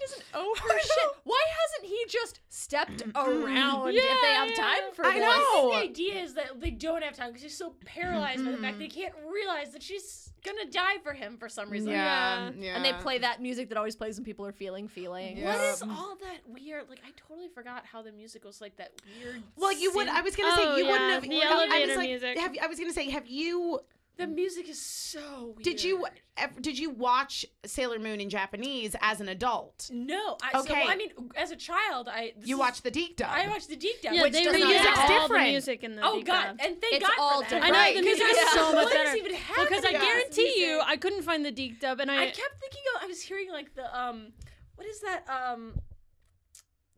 *laughs*
doesn't
Oh,
owe her shit. Why hasn't he just stepped around if they have
Yeah.
time for
I
this?
know.
The idea is that they don't have time because she's so paralyzed by the
Mm-hmm.
fact they can't realize that she's gonna die for him for some reason.
Yeah,
Yeah.
yeah.
And they play that music that always plays when people are feeling feeling.
Yeah.
What is
Yep.
all that weird? Like I totally forgot how the music was like that weird.
Well, you would.
synth-
I was gonna say
Oh,
you wouldn't
yeah,
have.
the
I was
elevator
like,
music.
Have, you- I was gonna say, have you?
the music is so weird.
Did you? ev- Did you watch Sailor Moon in Japanese as an adult?
No. I, So,
Okay.
well, I mean, as a child, I this
You
is-
watched the Deek Dub.
I watched the deep down.
yeah,
which
they
does not-
reuse
Yeah.
all
different.
the music in the
Oh
deep
God!
dub.
And thank
It's
God
all
for that.
different.
I know
Right,
the
Because
music
I
is
was
so
like,
much
what is
better.
even
Because I
happening?
guarantee you,
Music.
I couldn't find the deep dub, and
I
I, *laughs*
kept thinking of, I was hearing like the um what is that um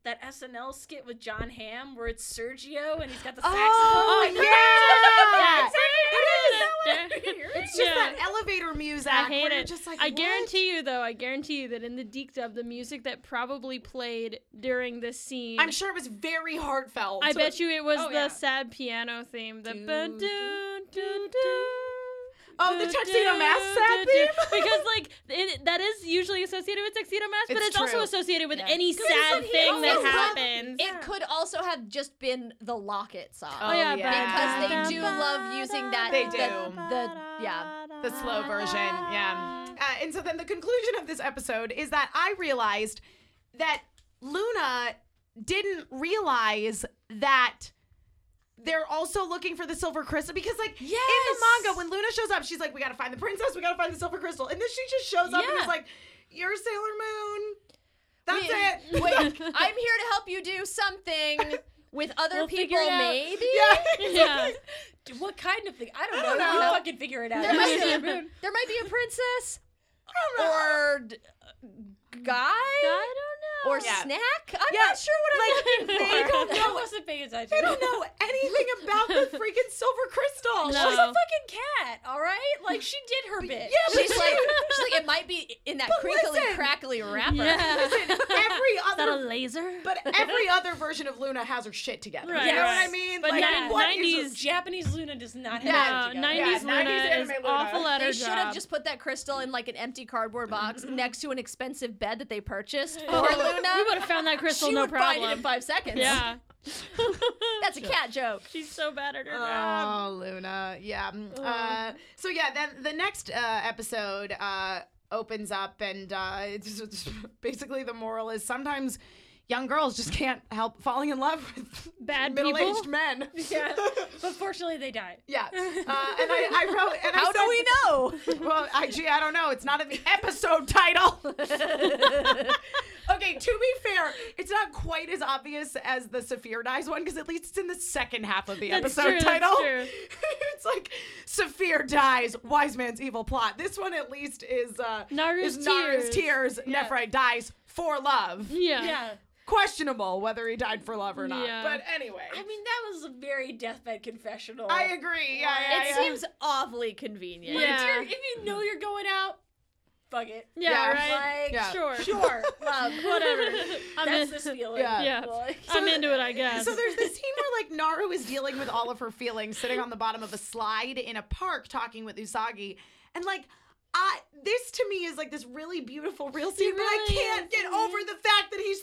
that SNL skit with John Hamm where it's Sergio and he's got the saxophone.
Oh,
like,
yeah.
It is.
It's just
Yeah.
that elevator music.
I hate
where You're
it.
just like,
I
what?
guarantee you, though, I guarantee you that in the Deke dub, the music that probably played during this scene,
I'm sure it was very heartfelt.
I bet you it was
Oh,
the
yeah.
sad piano theme. The
Do,
ba-
do,
do, do, do,
Oh, the
do,
tuxedo
do, Oh,
mask sad
do, do. *laughs*
theme. *laughs*
because like it, that is usually associated with tuxedo mask, but
It's
it's, also
true.
associated with
Yeah.
any sad
he
thing
always
that
loved-
happens.
It could also have just been the locket song.
Oh, yeah,
Because
yeah.
they do love using that.
They
the-
do.
the-
*laughs*
yeah.
the slow version. Yeah. Uh, and so then the conclusion of this episode is that I realized that Luna didn't realize that they're also looking for the silver crystal because like in
Yes.
the manga when Luna shows up she's like we got to find the princess we got to find the silver crystal and then she just shows up and
Yeah.
is like you're Sailor Moon that's
We-
it
Wait, *laughs* I'm here to help you do something
*laughs*
with other
We'll figure
people,
it out.
maybe?
yeah
Yeah.
Dude, What kind of thing? I don't,
don't
know.
know.
You fucking figure it out.
There might,
*laughs* Sailor
be,
Moon.
there might be a princess or d- uh, guy
I
or
Yeah.
snack. I'm
Yeah,
not sure what I'm
like,
looking
they
for.
don't
I wasn't paying attention.
I don't know anything about the freaking silver crystal
No.
She's a fucking cat, all right? Like she did her bit.
yeah but *laughs*
She's like, she's like, it might be in that crinkly
listen.
crackly wrapper.
Yeah.
every
Is that
other
a laser? *laughs*
But every other version of Luna has her shit together.
Right,
You know what I
right.
mean?
But
like,
yeah,
what is-
90s
Japanese Luna does not have
Yeah.
it
No,
together.
90s
Yeah, 90s
Luna
anime
is
Luna.
awful at
They they should have
job.
just put that crystal in like an empty cardboard box
Mm-hmm.
next to an expensive bed that they purchased
*laughs*
for
Oh,
Luna.
we would have
*laughs*
found that crystal,
she
no
would
problem.
find it in five
*laughs*
seconds.
yeah,
That's a cat joke.
She's so bad at her job.
Oh, Luna. Yeah. mm, Uh, so yeah, then the next uh, episode uh, opens up, and uh, it's, it's basically the moral is sometimes young girls just can't help falling in love with
Bad people?
middle-aged men.
Yeah. but fortunately, they die.
Yeah. Uh, and I, I wrote. And
How
I
do we know?
know? *laughs* Well, I, gee, I don't know. It's not in the episode title. *laughs* okay. To be fair, it's not quite as obvious as the Saphir dies one because at least it's in the second half of the
That's
episode
true, that's
title.
true.
*laughs* it's like Saphir dies, wise man's evil plot. This one at least is uh,
Naru's
is Naru's
tears.
tears. Nephrite dies for love.
yeah,
Yeah.
Questionable whether he died for love or not.
Yeah.
But anyway,
I mean, that was a very deathbed confessional.
I agree. Yeah, yeah,
It
yeah.
seems awfully
*laughs*
convenient.
If,
Yeah.
you're- if you know you're going out, fuck it.
Yeah,
Yeah.
right.
Like,
Yeah.
Sure.
sure, love.
Whatever.
*laughs*
I'm
*laughs*
That's
in-
this feeling.
Yeah.
yeah,
Like,
I'm into it. I guess.
So there's this scene where like Naru is dealing with all of her feelings, sitting on the bottom of a slide in a park, talking with Usagi, and like. I, this to me is like this really beautiful real scene, but I
really
can't get over the fact that he's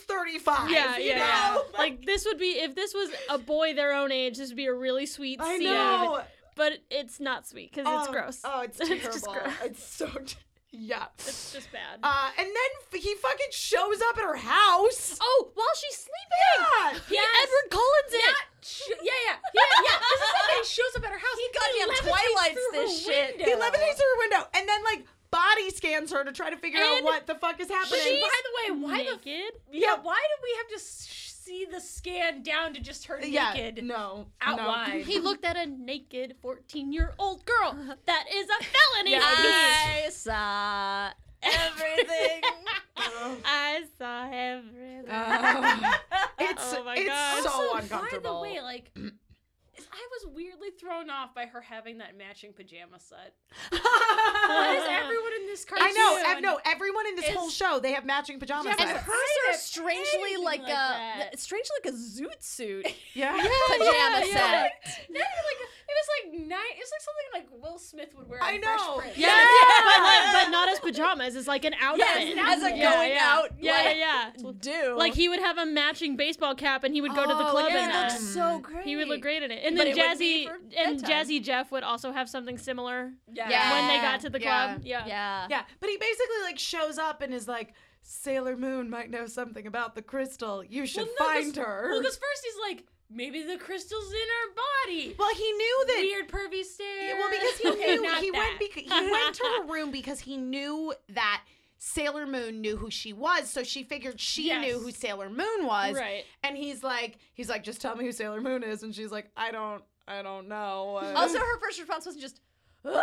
*laughs*
35.
yeah,
you
yeah, yeah.
*laughs*
know?
Like this would be if this was a boy their own age, this would be a really sweet
I
scene.
know.
But it's not sweet because it's
Oh,
gross.
Oh, it's
*laughs* It's
terrible.
just
it's,
gross.
so t- yeah.
It's just bad.
Uh, and then f- he fucking shows up at her house.
oh, while she's sleeping. He
Yeah.
Edward Collins it.
Sh- yeah, yeah, yeah, yeah. This is the thing. Shows up at her house. He
Goddamn Twilight's this shit.
He levitates through her window and then like body scans her to try to figure out
And
what the fuck is happening.
By the way, why the
naked?
yeah? Why did we have to s- see the scan down to just her
yeah,
naked
no,
out
no.
wide?
*laughs*
he looked at a naked 14 year old girl.
*laughs*
That is a uh, felony.
I saw everything.
*laughs* I saw everything.
it's
Oh my
it's
God.
so
Also,
uncomfortable. *laughs*
By the way, like. *clears throat* I was weirdly thrown off by her having that matching pajama set. Why is everyone in this cartoon?
I know, ev- no, everyone in this whole
It's-
show they have matching pajamas.
Yeah,
on.
and
but-
hers are
Private
strangely
anything
like,
like
a
that.
strangely like a
*laughs*
zoot suit
yeah.
pajama
yeah.
set.
*laughs*
That is like it was like nine. It's like something like Will Smith would wear. on
*laughs* I know.
Fresh Prince.
Yeah, But, like-
*laughs*
but not as pajamas. It's like an outfit.
as a
yeah,
going
yeah.
out,
Yeah,
like,
yeah,
*laughs*
yeah.
Do
Like he would have a matching baseball cap and um, he would go to the club
Oh, yeah,
in
it
that.
looks so great.
He would look great in it. And
But
then
it wouldn't be
Jazzy
for
and
bedtime.
Jazzy Jeff would also have something similar
Yeah.
Yeah.
when they got to the
Yeah.
club. Yeah.
Yeah.
*laughs* Yeah, but he basically like shows up and is like, Sailor Moon might know something about the crystal. You should
Well, no, 'cause-
find her.
Well, because first he's like, maybe the crystal's in her body.
well, he knew that.
Weird pervy stare.
Yeah, well, because
*laughs*
he
Okay,
knew
not
he
that.
went bec-
*laughs*
he went to her room because he knew that Sailor Moon knew who she was, so she figured she
Yes.
knew who Sailor Moon was.
Right.
And he's like, he's like, just tell me who Sailor Moon is, and she's like, I don't, I don't
*laughs*
know. Uh, *laughs*
Also, her first response was just,
Oh,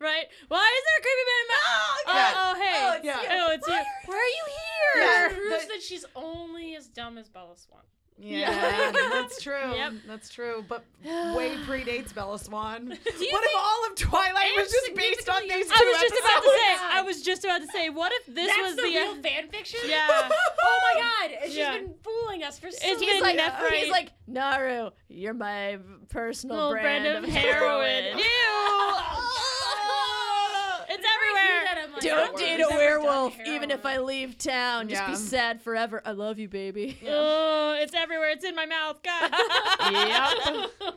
right? Why is there a creepy man in my
yeah.
Oh, oh, hey.
Oh,
Oh,
it's
it's,
you.
you.
"Where are you here?"
It
yeah,
proves
the-
that she's only as dumb as Bella Swan.
yeah, *laughs* that's true.
Yep.
That's true.
*sighs*
But way predates
*laughs*
Bella Swan. What
you
if all of Twilight was just based on these two
I
"Oh,
was just about to
episodes?
say. I was just about to say. What if this
That's
was
the,
the?
real fan fiction.
*laughs*
yeah.
Oh my god, she's
Yeah.
been fooling us for so
It's
long.
been
He's like,
Nephrite.
he's like, Naru, you're my personal
Little
brand,
brand of heroin. Ew. it's everywhere.
I'm like,
Don't
I've
date a
never done
werewolf,
heroin.
even if I leave town. Just
Yeah.
be sad forever. I love you,
*laughs*
baby.
Oh, it's everywhere. It's in my mouth. God.
*laughs*
yep.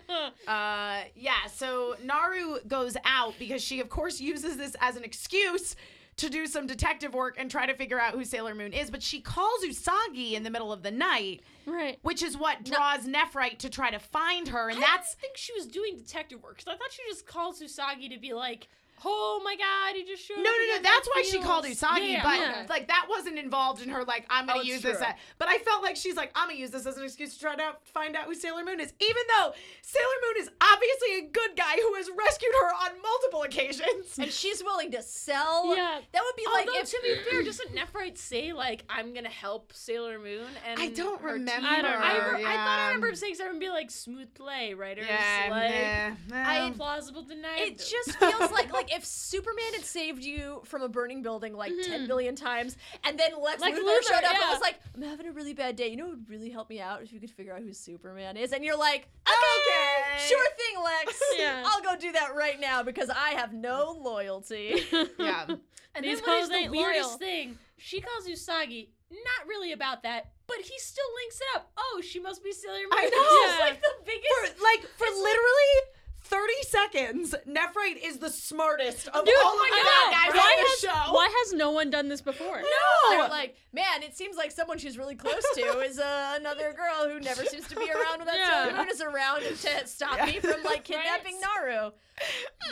Uh, yeah, so Naru goes out because she, of course, uses this as an excuse to do some detective work and try to figure out who Sailor Moon is. But she calls Usagi in the middle of the night,
Right.
which is what draws Nephrite to try to find
*laughs*
her. And
I
that's.
didn't think she was doing detective work because I thought she just called Susagi to be like, "Oh my god, he just showed."
No, no, no. That's why she called Usagi,
Yeah,
but
yeah.
like that wasn't involved in her. Like I'm gonna
Oh, it's
use this.
true.
a- but I felt like she's like I'm gonna use this as an excuse to try to find out who Sailor Moon is, even though Sailor Moon is obviously a good guy who has rescued her on multiple occasions.
And she's willing to sell.
Yeah.
That would be
Although
like if
to be fair, doesn't Nephrite say like, "I'm gonna help Sailor Moon"? And
I don't
her
remember.
team?
I don't
I,
remember,
re- I thought I
yeah.
remember saying something be like, "Smooth play, writers."
Yeah,
like,
yeah.
I
well,
plausible denied.
it just feels like like like if Superman had saved you from a burning building like 10 billion times, and then Lex,
Lex
Luthor,
Luthor,
showed up and
yeah.
was like, "I'm having a really bad day. You know, what would really help me out if you could figure out who Superman is." And you're like, "Okay,
Okay.
sure thing, Lex.
Yeah.
I'll go do that right now because I have no loyalty."
yeah.
And
These
then what is
hoes
the
ain't
weirdest
loyal.
thing? She calls Usagi, not really about that, but he still links it up. Oh, she must be Sailor Moon.
I
It's
know.
just, like the biggest.
For, like for literally 30 seconds, Nephrite is the smartest of
Dude,
all of
my
the
God.
bad guys
Why
on
has-
the show.
Why has no one done this before?
They're
Oh.
No.
like, man, it seems like someone she's really close to is uh, another girl
*laughs*
who never seems to be around when that
Yeah.
Sailor Moon is around to stop
*laughs*
me from like kidnapping Naru.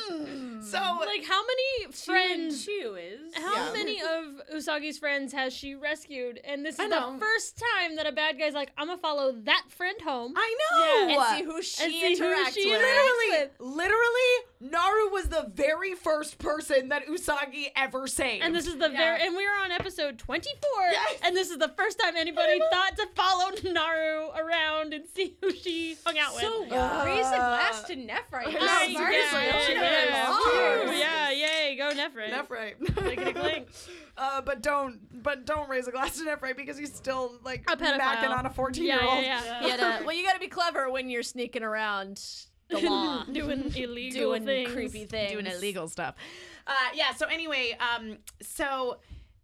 so
Like how many friends?
Friends, Chu is.
How
Yeah.
many of Usagi's friends has she rescued? And this
I
is the
know.
first time that a bad guy's like, I'm gonna follow that friend home.
I know.
and see who she
And see who
interacts
she
with.
interacts
literally, literally, Naru was the very first person that Usagi ever saved.
and this is the very, and we are on episode 24.
Yes.
And this is the first time anybody thought to follow Naru around and see who she hung out
So
with.
raise
Uh,
a glass
*laughs*
to Nephrite.
know,
How
I-
seriously,
smart is
yeah,
Oh
she?
yeah, yeah.
Woo, yeah, yay, go Nefren.
Nephrite. *laughs* uh, but don't, but don't raise a glass to Nephrite because he's still like
A pedophile.
macking on a
Yeah,
fourteen-year-old.
yeah, yeah.
You gotta- well, you gotta be clever when you're sneaking around the law,
*laughs* Doing illegal
doing
things.
creepy
*laughs*
things,
doing illegal stuff. Uh, yeah. So anyway, um, so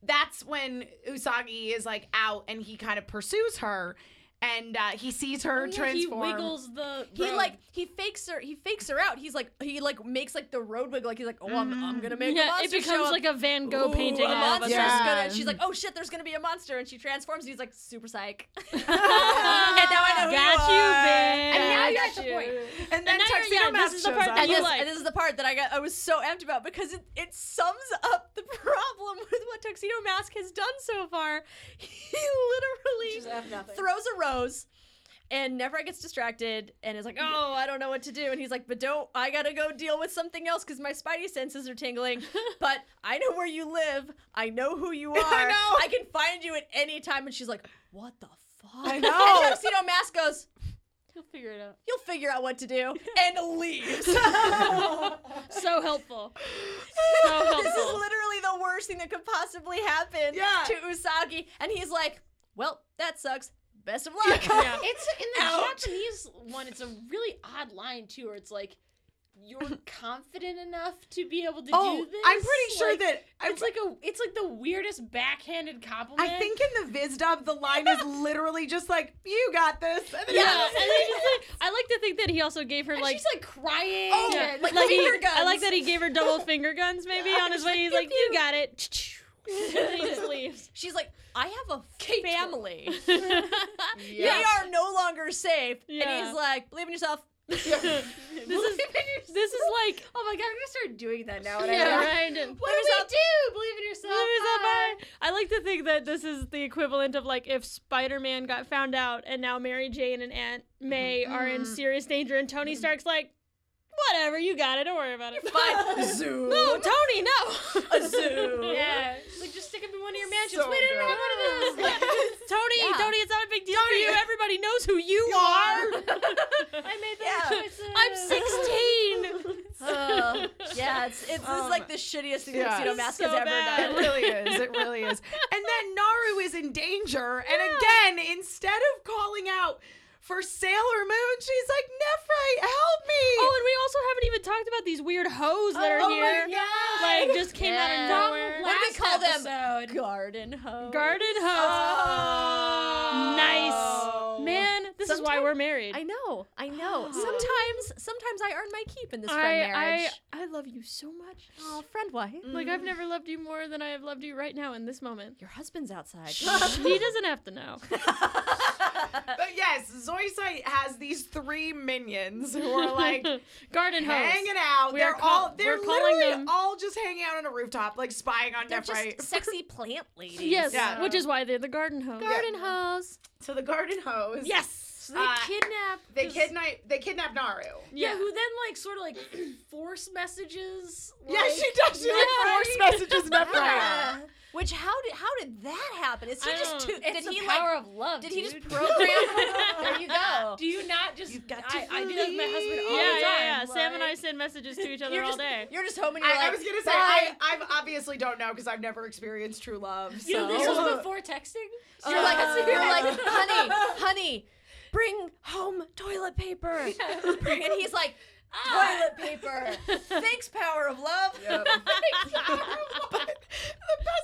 that's when Usagi is like out, and he kind of pursues her, and uh, he sees
Oh,
her
He
transform.
wiggles the.
He
road.
like he fakes her. He fakes her out. He's like he like makes like the road wiggle. Like he's like, oh, I'm, I'm gonna make a
Mm-hmm. Yeah,
monster
it becomes
show
like
up.
a Van Gogh
Ooh,
painting.
a
all of a
monster's
*laughs* sudden.
Yeah.
gonna. She's like, oh shit, there's gonna be a monster, and she transforms. And he's like,
*laughs*
super psych. *laughs* and now I know who
Got
you
you,
are.
bitch.
And now
I
you're
got
at the
you.
point.
And then
now you're-
Tuxedo
yeah, this
Mask
is the
shows
part
up.
that
And
you
this,
like-
and this is the part that I got I was so amped about because it, it sums up the problem *laughs* with what Tuxedo Mask has done so far. *laughs* He
Just
literally
have nothing.
throws a rose and Neverite gets distracted and is like, Oh, I don't know what to do. And he's like, But don't I gotta go deal with something else because my spidey senses
*laughs*
are tingling. but I know where you live. I know who you are.
I know.
I can find you at any time. And she's like, What the fuck?
I know.
And Tuxedo Mask goes,
He'll figure it out.
You'll figure out what
*laughs*
to do and leaves.
So helpful. So
*laughs* this is
helpful.
literally the worst thing that could possibly happen
Yeah.
to Usagi. And he's like, well, that sucks. Best of luck.
*laughs* Yeah.
It's in the
Out.
Japanese one. It's a really odd line too, where it's like,
*laughs*
"You're confident enough to be able to
Oh,
do this."
I'm pretty sure
Like,
that I'm
it's like a. It's like the weirdest backhanded compliment.
I think in the Viz dub, the
*laughs*
line is literally just like, "You got this." And then
Yeah, *laughs* and then he's like, I like to think that he also gave her
And
like,
she's like crying.
Oh,
yeah,
like
he-
finger
I like
guns.
that he gave her double finger guns maybe on his way. He's like, you got it. *laughs* and he just leaves.
She's like, I have a family.
*laughs* this
*laughs* We are no longer safe. And
Yeah.
he's like, believe in yourself.
is this is like
Oh my god, I'm gonna start doing that now.
yeah, right.
What do we do? Believe in yourself.
Lose it,
Bye.
bye. I like to think that this is the equivalent of like if Spider-Man got found out and now Mary Jane and Aunt May
Mm-hmm.
are in
Mm.
serious danger and Tony Stark's like, whatever, you got it, don't worry about
*laughs*
it.
But zoom.
No, Oh, Tony, no.
Zoom.
Yeah, it's like just stick up in one of your mansions.
So
we didn't have one of those.
Tony,
Yeah.
Tony, it's not a big deal for you. Everybody knows who you *laughs* are.
I made
Yeah.
*laughs*
those choices.
I'm 16.
*laughs*
*laughs* Uh, yeah, it's, it's this is like the shittiest thing
yeah.
Tuxedo
It's
Mask
Um, so
has ever
bad.
It
done.
really is. It really is. And
*laughs*
then Naru is in danger. And again, instead of calling out for Sailor Moon, she's like, Nephrite, help me.
Oh, and we also haven't even talked about these weird hoes that are
Oh my
here.
God.
Like
*laughs*
just came
Yeah.
out of nowhere.
What do we
Last
call them?
episode.
Garden hose.
Garden
*laughs*
Oh.
hoes. Nice. Man, this is why
Sometime-
we're married.
I know, I know. Sometimes, sometimes I earn my keep in this friend
I, Mm.
marriage.
I I love you so much.
Oh, friend wife.
Like
mm.
I've never loved you more than I have loved you right now in this moment.
*laughs*
Your husband's outside.
he doesn't have to know.
But yes, Zoisite has these three minions who are like
*laughs* garden hose.
hanging out.
We
they're
are call-
all they're
we're calling
literally
them-
all just hanging out on a rooftop, like spying on
They're
Nephrite.
just sexy plant ladies.
Yes,
Yeah.
which is why they're the garden hose.
Garden hose.
So the garden hose.
Yes.
So they
Uh,
kidnap.
They
this-
kidnap they kidnap Naru.
Yeah, who then like sort of like *clears throat* force messages?
Yeah,
like,
*laughs* she does. She like force messages Nephrite.
Yeah. Which how did how did that happen? Is he
I
Oh.
just too?
don't-
Did
It's the
he
power
like?
of love.
Did he just
dude.
program? *laughs* there
*laughs*
you go.
Do you not just?
You've got to
I, I do that with my husband all
yeah,
the
yeah, yeah.
time.
Sam and I
like-
send messages to each other
You're
all
just,
day.
You're just home and you're
I,
like.
I was gonna say I,
"Bye."
I've obviously don't know because I've never experienced true love. So
You know, *laughs* this was
This was
before texting.
You're like,
Uh,
you're like,
*laughs*
honey, honey, bring home
*laughs*
toilet paper. Bring- and he's like, "Ah, toilet paper. Thanks, power of love.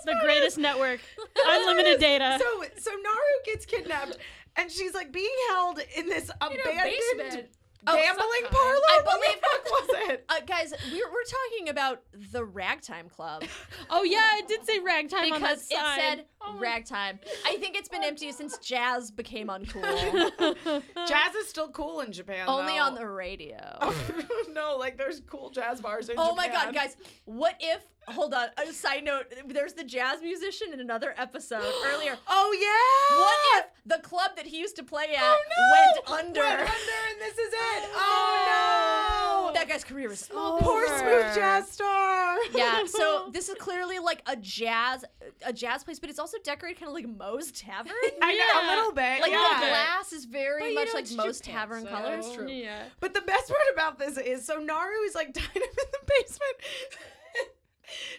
The greatest network, unlimited data.
So so Naru gets kidnapped and she's like being held in this abandoned
basement.
gambling
some kind.
parlor.
Oh, I
what
believe-
the fuck was it?
Uh, guys, we're, we're talking about the Ragtime Club
*laughs* Oh yeah, it did say ragtime on Oh. that
because it
sign.
said Ragtime. I think it's been empty since jazz
*laughs*
became uncool.
Oh,
*laughs*
Jazz is still cool in Japan.
Only
though. *laughs*
on the
*laughs*
radio.
Oh,
no, like there's cool jazz bars in
Oh my
Japan.
god, guys, what if? Hold on. A side note: There's the jazz musician in another episode earlier.
Oh yeah.
What if the club that he used to play at went under?
Ah! Went under and this is it. Oh no.
That guy's career is over.
Poor *laughs* smooth jazz star.
Yeah, so this is clearly like a jazz, a jazz place, but it's also decorated kind of like Moe's Tavern.
*laughs* I know a little bit.
Like
yeah.
the glass is
But
very
you
much
know,
like
it's
Moe's
Japan,
Tavern
so-
colors.
That's true.
Yeah.
But the best part about this is so Naru is like *laughs* dying up in the basement. *laughs*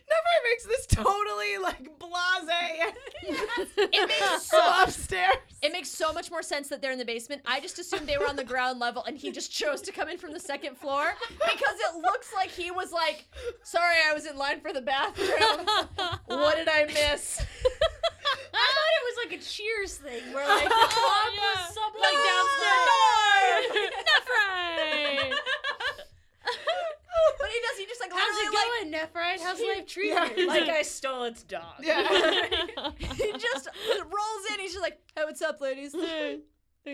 Never makes this totally like blase
It *laughs*
*laughs*
makes
go
so
upstairs.
it makes so much more sense that they're in the basement. I just assumed they were on the ground level, and he just chose to come in from the second floor because it looks like he was like, "Sorry, I was in line for the bathroom. What did I miss?"
*laughs* I thought it was like a Cheers thing
*laughs*
where like the
Oh,
club
Yeah.
was something
Like downstairs.
Ah!
*laughs*
Nephrite!
*laughs*
But he does. He just like
How's
literally
it
like
going, Nephrite? How's life treating you? Like I stole its dog.
*laughs* Yeah.
he
*laughs*
just rolls in. He's just like, "Hey, what's up, ladies?" *laughs*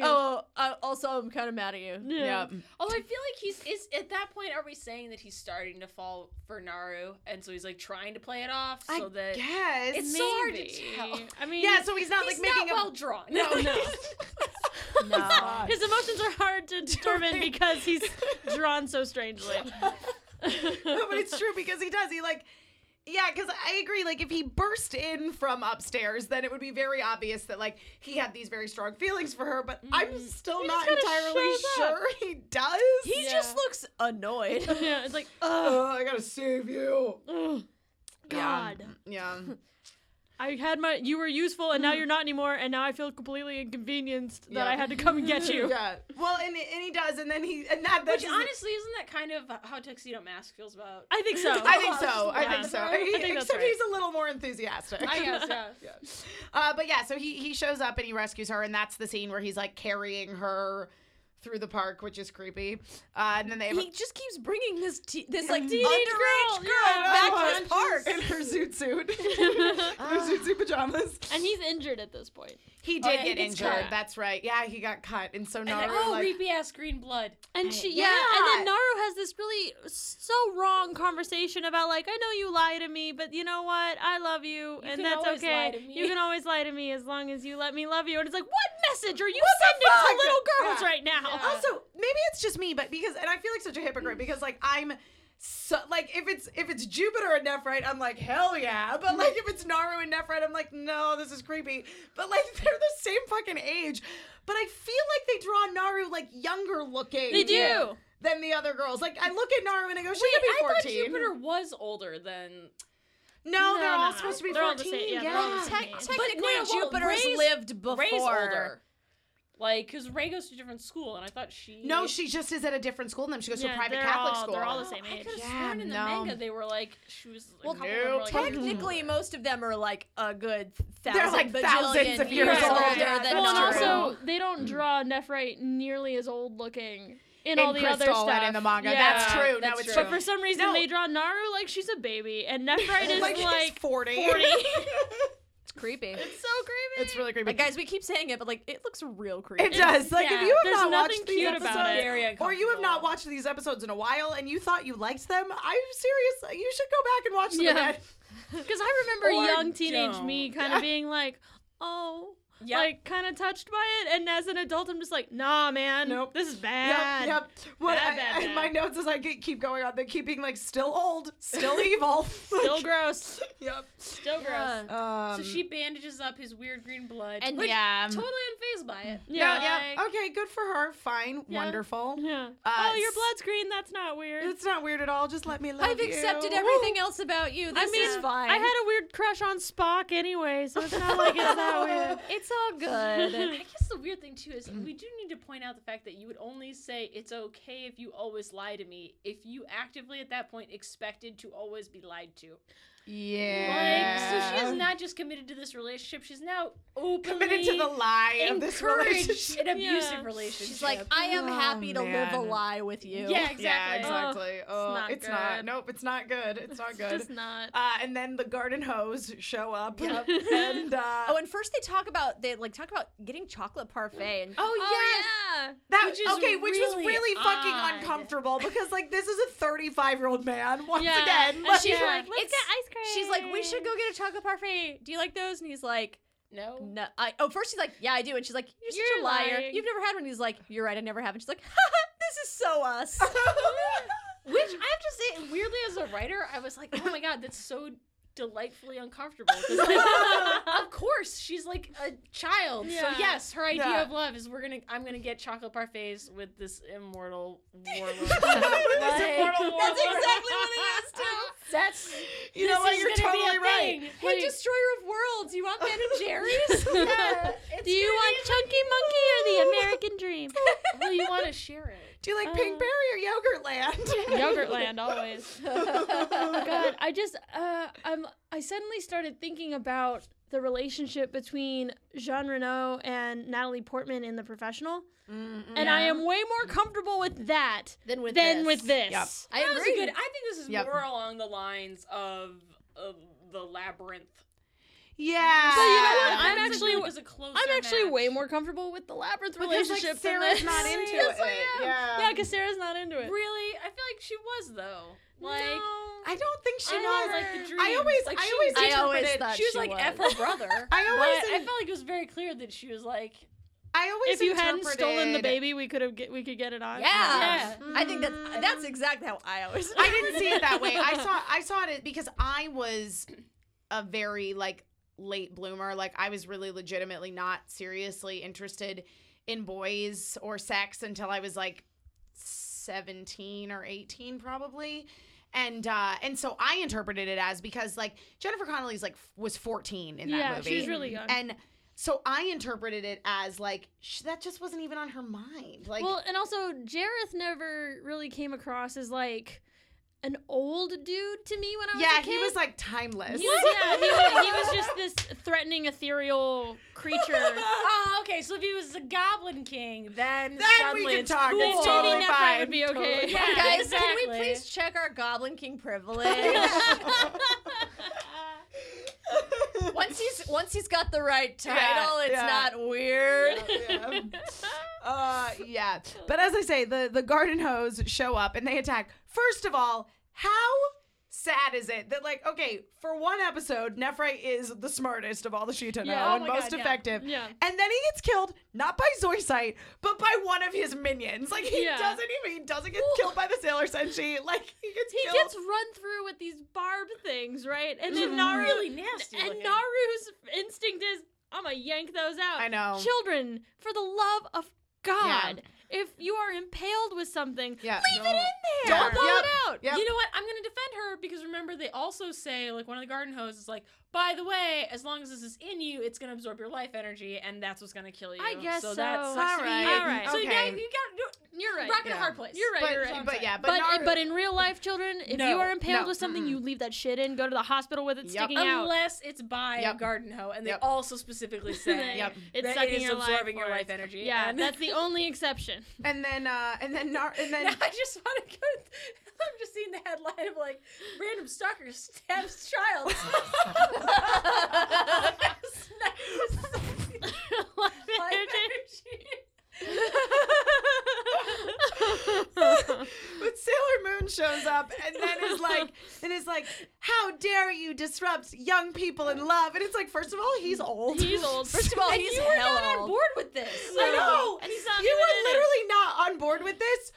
Oh, uh, also, I'm kind of mad at you.
Yeah.
Oh, I feel like he's is at that point. Are we saying that he's starting to fall for Naru, and so he's like trying to play it off
I
so that
guess.
it's so hard to
Maybe.
tell.
I mean,
yeah, so he's not
He's
like making
not well
*laughs* a
drawn. *laughs*
no.
No.
his emotions are hard *laughs* to determine because he's drawn so strangely.
no, *laughs* but it's true because he does. He like, yeah, because I agree. Like, if he burst in from upstairs, then it would be very obvious that like he had these very strong feelings for her. But I'm still not
kinda
entirely
shows up.
sure he does.
He just looks
*laughs*
annoyed.
yeah, it's like,
oh, I gotta save you.
oh, God.
Yeah.
*laughs*
Mm.
I had my, you were useful and now you're not anymore, and now I feel completely inconvenienced that I
Yeah.
had to come and get you.
*laughs* Yeah. Well, and and he does, and then he and that. That's
Which honestly, isn't that kind of how Tuxedo Mask feels about?
I think so.
I think so. I think so.
I think that's
Except
right.
he's a little more enthusiastic.
I guess,
*laughs*
yeah.
Uh, but yeah, so he he shows up and he rescues her, and that's the scene where he's like carrying her through the park, which is creepy. Uh, and then they have
He just keeps bringing this te- this like
Teenage
underage
girl,
girl,
yeah.
back to
Oh,
his park.
in her zoot
*laughs*
suit, her zoot suit pajamas.
And he's injured at this point.
He did
Oh, yeah, he
get
gets
injured.
cut.
That's right. Yeah, he got cut, and so
And
Naru
that oh,
like.
creepy ass green blood.
And she, yeah, and then Naru has this really so wrong conversation about like, I know you lie to me, but you know what? I love you, and
can
that's
always
okay.
lie to me."
You can always lie to me as long as you let me love you. And it's like, what message are you sending
fuck?
to little girls
Yeah.
right now?
also, maybe it's just me, but because and I feel like such a hypocrite because like I'm. So, like if it's if it's Jupiter and Nephrite, I'm like hell yeah.
Mm-hmm.
But like if it's Naru and Nephrite, I'm like no, this is creepy. But like *laughs* they're the same fucking age. But I feel like they draw Naru like younger looking.
They do.
than the other girls. Like I look at Naru and I go, she
Wait,
could be
I thought
fourteen.
Jupiter was older than.
No, they're
No,
all
no,
supposed to be
they're all the
14.
same- yeah,
yeah,
they're all the same.
Te-
But
technically,
no, well,
Jupiter's
Ray's-
lived before.
Ray's older. Like, because Ray goes to a different school, and I thought she.
No, she just is at a different school than them. She goes to
Yeah,
a private
they're
Catholic
all-
school.
they're all the
Oh,
same
I
age.
could
*gasps*
have
Yeah,
sworn in the
no.
manga they were like she was. Well, a couple of them
nope.
were, like,
Technically, most of them are like a good thousand.
Hmm. *laughs* They're, like,
bajillion
thousands of years
older
than
well,
Naru.
and also they don't draw Nephrite nearly as old looking in,
In
all the other
Crystal
stuff.
and in the manga.
Yeah.
That's true.
that's
no, it's
true.
true.
But for some reason
No.
they draw Naru like she's a baby, and Nephrite is
*laughs* like,
like,
he's 40. *laughs*
40.
it's creepy.
so creepy.
it's really creepy.
Like guys, we keep saying it, but like it looks real creepy.
it does. Like if
yeah,
you have
there's
not
nothing
watched these
cute about
episodes,
it.
Very
or you have not
uncomfortable.
watched these episodes in a while, and you thought you liked them, I'm serious. You should go back and watch them
Yeah.
again. *laughs*
Because I remember
Or
young teenage
don't.
me kind of being like, oh,
Yep.
like kind of touched by it. And as an adult, I'm just like, nah, man,
Nope.
this is
Yep,
bad.
yep. What
Bad,
I-
bad,
I-
bad.
my notes as I ke- keep going on, they're keeping like still old, still evil. *laughs*
Still gross.
yep.
Still gross.
Yeah.
Um,
so she bandages up his weird green blood.
And
which,
yeah.
totally unfazed by it.
Yeah.
yeah,
Like,
Okay, good for her. Fine.
Yeah.
Wonderful.
Yeah.
Uh,
oh, your
s-
blood's green. That's not weird.
It's not weird at all. Just let me love
I've accepted
you.
everything else about you. This
I mean,
is fine.
I had a weird crush on Spock anyway, so it's not like it's that weird.
it's *laughs* all good.
I guess the weird thing too is
Mm-hmm.
we do need to point out the fact that you would only say it's okay if you always lie to me if you actively at that point expected to always be lied to. Like,
Yeah.
so she is not just committed to this relationship; she's now openly
committed to the lie of this
encouraged
relationship.
an abusive
Yeah.
relationship.
She's like, I am
Oh,
happy to live
man.
a lie with you.
yeah,
*laughs*
exactly.
Ugh,
Yeah, exactly. oh,
not
it's not.
good.
Nope, it's not good. It's
*laughs*
not good.
Just not.
uh, and then the garden hose show up.
Yep.
*laughs*
and uh,
Oh, and first they talk about they like talk about getting chocolate parfait and
oh,
yeah.
That
Which is
okay, which was
really
really fucking
odd.
uncomfortable because like this is a 35 year old
*laughs*
man once
Yeah.
again.
And
Like, *laughs*
she's
Yeah.
like,
Let's
it's,
get ice cream.
She's like, we should go get a chocolate parfait. Do you like those? And he's like,
no.
no. I, oh, first she's like, yeah, I do. And she's like, you're, such
You're
a liar.
lying.
You've never had one. He's like, you're right, I never have. And she's like, *laughs* Haha, this is so us.
Which I have to say, weirdly, as a writer, I was like, oh my god, that's so delightfully uncomfortable. 'Cause, like, *laughs* of course, she's like a child,
Yeah.
so yes, her idea
Yeah.
of love is we're gonna, I'm gonna get chocolate parfaits with this *laughs* immortal warlord.
That's
immortal warlord.
exactly what it is, too.
That's
you know
this
what?
is
You're
gonna be a
totally right.
thing.
Hey,
Like,
destroyer of worlds, you want
*laughs*
Ben and Jerry's?
Do you want Chunky Monkey *laughs* or the American Dream?
well, you want to share it.
Do you like
Uh.
Pinkberry or *laughs* Yogurtland?
*laughs* Yogurtland always. oh God, I just uh, I'm I suddenly started thinking about the relationship between Jean Reno and Natalie Portman in The Professional, and I am way more comfortable with that
Then with
than
this.
with this.
Yep.
I
*laughs* That was
agree.
good. I think this is
Yep.
more along the lines of, of the labyrinth.
Yeah.
But you know what?
That
I'm
was, like,
actually-
really was a closer
I'm actually
match.
way more comfortable with the labyrinth
Because, like,
relationship than
Sarah's
this.
not into
yes,
it.
I am.
Yeah.
Yeah, because Sarah's not into it.
Really, I feel like she was though. Like
I don't think she
I
was.
was like the dream.
I always,
like,
I
she
always,
was-
I always
interpreted-
thought
she was
she
like
was.
f her *laughs* brother.
I
But
always,
I felt like it was very clear that she was like,
I always.
If you hadn't stolen the
interpreted-
baby, we could have get, we could get it on.
Yeah.
Yeah.
I think that's that's exactly how I always.
I didn't see it that way. I saw, I saw it because I was a very like late bloomer. Like I was really legitimately not seriously interested in boys or sex until I was like 17 or 18 probably and uh and so i interpreted it as because like jennifer connelly's like f- was 14 in that
Yeah,
movie
she was really young.
and so i interpreted it as like sh- that just wasn't even on her mind like
well, and also Jareth never really came across as like an old dude to me when I was
yeah
a kid.
he was like timeless
He was, yeah, he was, he was just this threatening ethereal
*laughs*
creature.
"Oh, okay. So if he was the Goblin King, then
we
suddenly
can
it's
talk.
Cool.
It's
Maybe
totally
Nefright
fine.
would be okay.
Totally fine.
Guys,
Yeah,
can we
exactly.
please check our Goblin King privilege?
*laughs*
once he's once he's got the right title, it's
yeah.
not weird.
yeah. Oh,
*laughs*
Uh, yeah. But as I say, the, the garden hose show up and they attack. First of all, how sad is it that, like, okay, for one episode, Nephrite is the smartest of all the Shitano
Yeah. Oh
and most effective.
Yeah.
And then he gets killed, not by Zoisite, but by one of his minions. Like, he
Yeah.
doesn't even, he doesn't get killed by the Sailor Senshi. Like, he gets
He
killed.
gets run through with these barb things, right? And
Mm-hmm.
then Naru
really nasty.
and
looking.
Naru's instinct is, I'ma yank those out.
I know.
Children, for the love of God, if you are impaled with something,
Yeah.
leave it in there.
Don't-
Don't blow
Yep.
it out.
Yep.
You know what? I'm gonna defend her because remember they also say like one of the garden hoes is like, by the way, as long as this is in you, it's gonna absorb your life energy, and that's what's gonna kill you.
I guess
so. That
so.
sucks to be
Alright,
you.
alright.
So now
okay.
you got
You're right.
rock in
Yeah.
a hard place.
You're right.
But,
you're right.
but yeah, but,
But i-
Naru-
but in real life, children, if you
No,
are impaled
no,
with something,
mm-mm.
you
Mm-hmm.
leave that shit in. Go to the hospital with it
Yep.
sticking out.
Unless it's by
Yep.
a garden hoe, and they
Yep.
also
*laughs*
specifically say
Yep.
It's
that
sucking
it is
your life
absorbing your
force.
life energy.
Yeah,
and
that's the only
*laughs*
exception. *laughs*
and then, uh, and then, Nar- and then, *laughs*
Now *laughs* I just want to go. *laughs* I'm just seeing the headline of like random stalker stabs *laughs* child.
Life
Life
energy.
energy.
*laughs*
*laughs*
But Sailor Moon shows up and then is like, and is like, "How dare you disrupt young people in love?" And it's like, first of all, he's old. *laughs*
He's old.
First of all,
And
he's
you were
hella
not on
old.
board
with this.
I know.
And he's not
you
doing
were
it.
literally not on board with this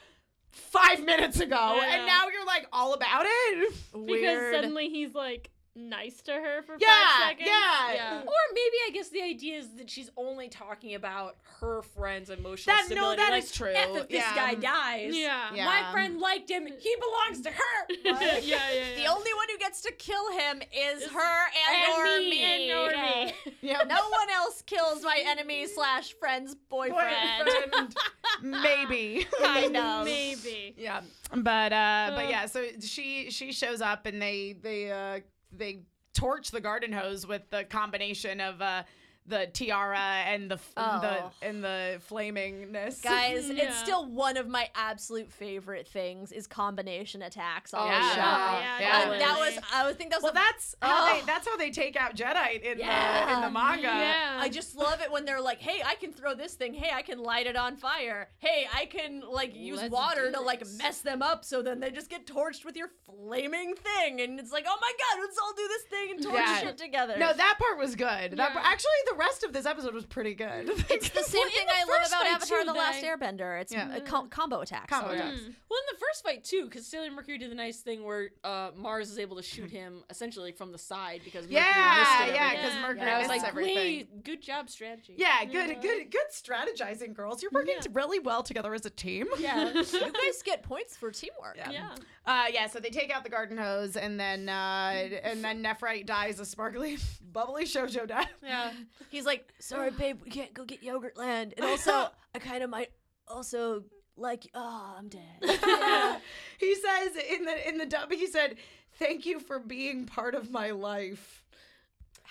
five minutes ago,
I
and
know.
now you're like all about it.
because suddenly he's like nice to her for
Yeah,
five seconds.
yeah.
Or maybe I guess the idea is that she's only talking about her friend's emotional
That- no,
stability.
that
like,
is true.
F if this
Yeah.
guy dies.
um, Yeah.
Yeah.
My friend liked him. He belongs to her.
yeah, yeah,
*laughs* The
yeah.
only one who gets to kill him is her and, or me.
and or me.
Yeah.
*laughs* No one else kills my enemy slash friend's boyfriend.
boyfriend. Maybe.
Kind of.
Maybe.
Yeah, but uh, but
Ugh.
yeah, so she she shows up and they they uh, they torch the garden hose with the combination of uh, the tiara and the f-
Oh.
the and the flamingness. *laughs*
Guys,
Yeah.
it's still one of my absolute favorite things is combination attacks on
Oh, Yeah.
the show.
Yeah, yeah.
Uh, that was I would think that was
well,
the-
that's how
Oh.
they that's how they take out Jedi in the in
Yeah.
the manga.
yeah.
I just love it when they're like, "Hey, I can throw this thing. Hey, I can light it on fire. Hey, I can like use
Let's
water
do
to like
this."
mess them up so then they just get torched with your flaming thing." And it's like, "Oh my god, let's all do this thing and torch
Yeah.
shit together."
No, that part was good. That
Yeah.
part, actually, the rest of this episode was pretty good. *laughs*
it's *laughs* the same thing I love
first
about
fight,
Avatar:
too,
The
they-
Last Airbender. It's
Yeah.
uh, com- combo attacks.
Combo
all the time.
attacks.
Well, in the first fight too, because Sailor Mercury did the nice thing where uh, Mars is able to
*laughs*
shoot him essentially from the side because Mercury
yeah,
missed
yeah,
everything.
because
Yeah.
Mercury
And I was
missed
like,
everything.
"Hey, good job, strategy."
Yeah, good, good, good strategizing, girls. You're working
Yeah.
really well together as a team.
*laughs* Yeah, you guys get points for teamwork.
Yeah.
Yeah.
Uh, yeah, so they take out the garden hose, and then uh, and then Nephrite dies a sparkly, *laughs* bubbly shoujo death.
Yeah.
He's like, sorry, babe, we can't go get yogurt land. And *laughs* also, I kind of might also like, oh, I'm *laughs* dead.
he says in the in the dub, he said, "Thank you for being part of my life."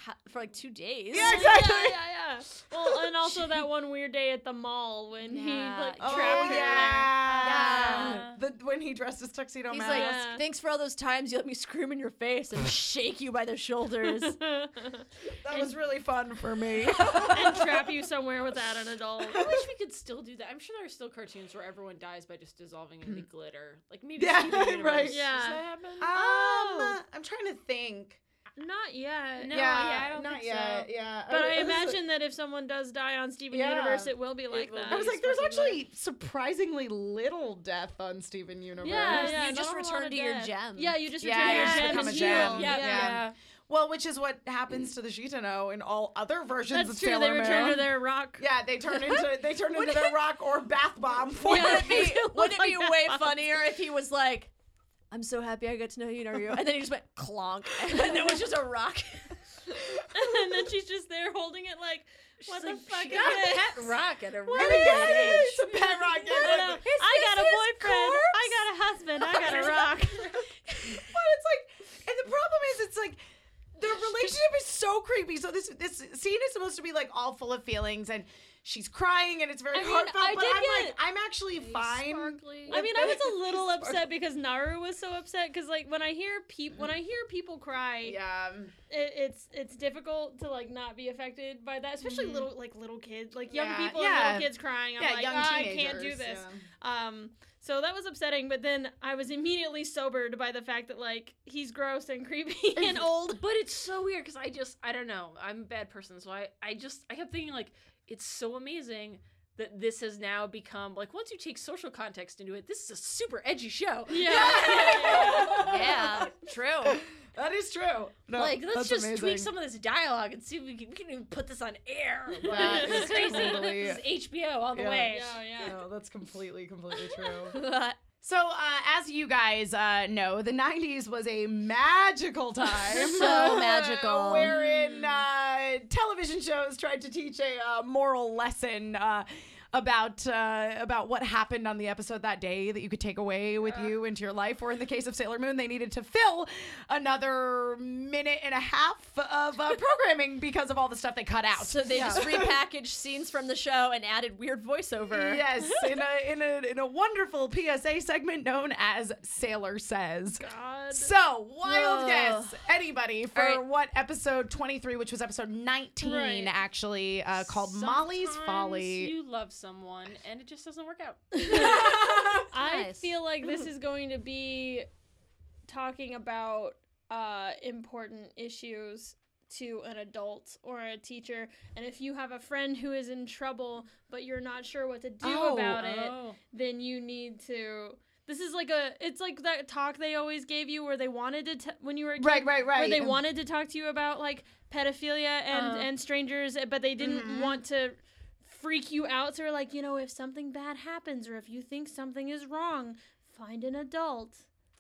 Ha- For like two days.
Yeah, exactly.
Yeah, yeah, yeah. Well, and also that one weird day at the mall when he
Yeah.
like
Oh
trapped her.
yeah.
Yeah.
The, when he dressed as tuxedo
He's
mask.
like,
Yeah.
thanks for all those times you let me scream in your face and shake you by the shoulders.
that was really fun for me.
*laughs*
Um,
and trap you somewhere without an adult.
I wish we could still do that. I'm sure there are still cartoons where everyone dies by just dissolving into glitter. Like maybe
Mm. *laughs* Yeah,
Steven Universe.
right.
Yeah.
Does that happen?
um, I'm trying to think.
Not yet.
No,
yeah,
yeah, I don't
not
think
yet.
so.
Yeah, Oh,
But I
was-
imagine that if someone does die on Steven
Yeah.
Universe, it will be like
will
that.
be.
I was like, there's
fucking
actually surprisingly little death on Steven Universe.
yeah, yeah,
You just
not a lot
return
of
to your
death.
gem.
Yeah, you just
Yeah,
return
you
to
just
your gem.
become
and
a gem.
heal.
Yeah.
Yeah,
Yeah. Well, which is what happens to the Shitano in all other versions
*laughs* that's
of
true.
Sailor
They return
Moon.
to their rock. *laughs*
yeah, they turn into they turn into their rock or bath bomb form.
Would *laughs* it be, would it be
Like
way
that.
funnier if he was like, I'm so happy I got to know you, Naruto. And then he just went clonk. And it was just a *laughs* rock.
and then she's just there holding it like, what the fuck is
got
this?
a pet rock at a
And
really
again,
young age. *laughs*
it's a pet rock. yeah,
I know.
exactly.
I got a
his
boyfriend.
corpse?
I got a husband. *laughs* I got
*laughs*
a rock.
But it's like, and the problem is, it's like the relationship is so creepy. So this this scene is supposed to be like all full of feelings, and she's crying, and it's very
I mean,
heartfelt.
I
but
did
I'm like,
get-
I'm actually fine.
I mean, I was
*laughs*
a little upset because Naru was so upset because, like, when I hear peop when I hear people cry,
Yeah.
it, it's it's difficult to like not be affected by that, especially little like little kids, like young
Mm-hmm. Yeah,
people and
yeah.
little kids crying. I'm
yeah,
like,
young
"Ah, I
teenagers.
can't do this.
yeah.
Um, so that was upsetting, but then I was immediately sobered by the fact that like he's gross and creepy *laughs* and oh old.
But it's so weird because I just I don't know. I'm a bad person, so I I just I kept thinking like it's so amazing that this has now become like once you take social context into it, this is a super edgy show.
Yeah,
*laughs*
yeah, *laughs* yeah.
*laughs* Yeah, true.
*laughs* That is true. No,
like let's
Oh, that's
just
amazing.
tweak some of this dialogue and see if we can, we can even put this on air.
That
this
is
is crazy.
totally-
This is HBO all the
Yeah.
way.
yeah, yeah.
No, that's completely, completely
*laughs*
true. So, uh, as you guys uh, know, the 90s was a
*laughs*
magical time.
So
*laughs*
magical.
Wherein uh, television shows tried to teach a uh, moral lesson. Uh, about uh, about what happened on the episode that day that you could take away with you into your life, or in the case of Sailor Moon, they needed to fill another minute and a half of uh,
*laughs*
programming because of all the stuff they cut out.
So they just repackaged scenes from the show and added weird voiceover.
*laughs* Yes, in a in a in a wonderful PSA segment known as Sailor Says.
God.
So wild
Whoa.
guess, anybody for
All right.
what episode twenty three, which was episode nineteen
Right.
actually, uh, called Molly's
Sometimes
Folly.
You love someone and it just doesn't work out.
I
Nice.
feel like this is going to be talking about uh, important issues to an adult or a teacher, and if you have a friend who is in trouble but you're not sure what to do
Oh,
about it,
uh-huh.
then you need to. This is like a. It's like that talk they always gave you where they wanted to t- when you were a kid,
Right, right,
Where they
right. Uh-huh.
wanted to talk to you about like pedophilia and
Uh.
and strangers, eh, but they didn't
Mm-hmm.
want to freak you out. So they're like, you know, if something bad happens or if you think something is wrong, find an adult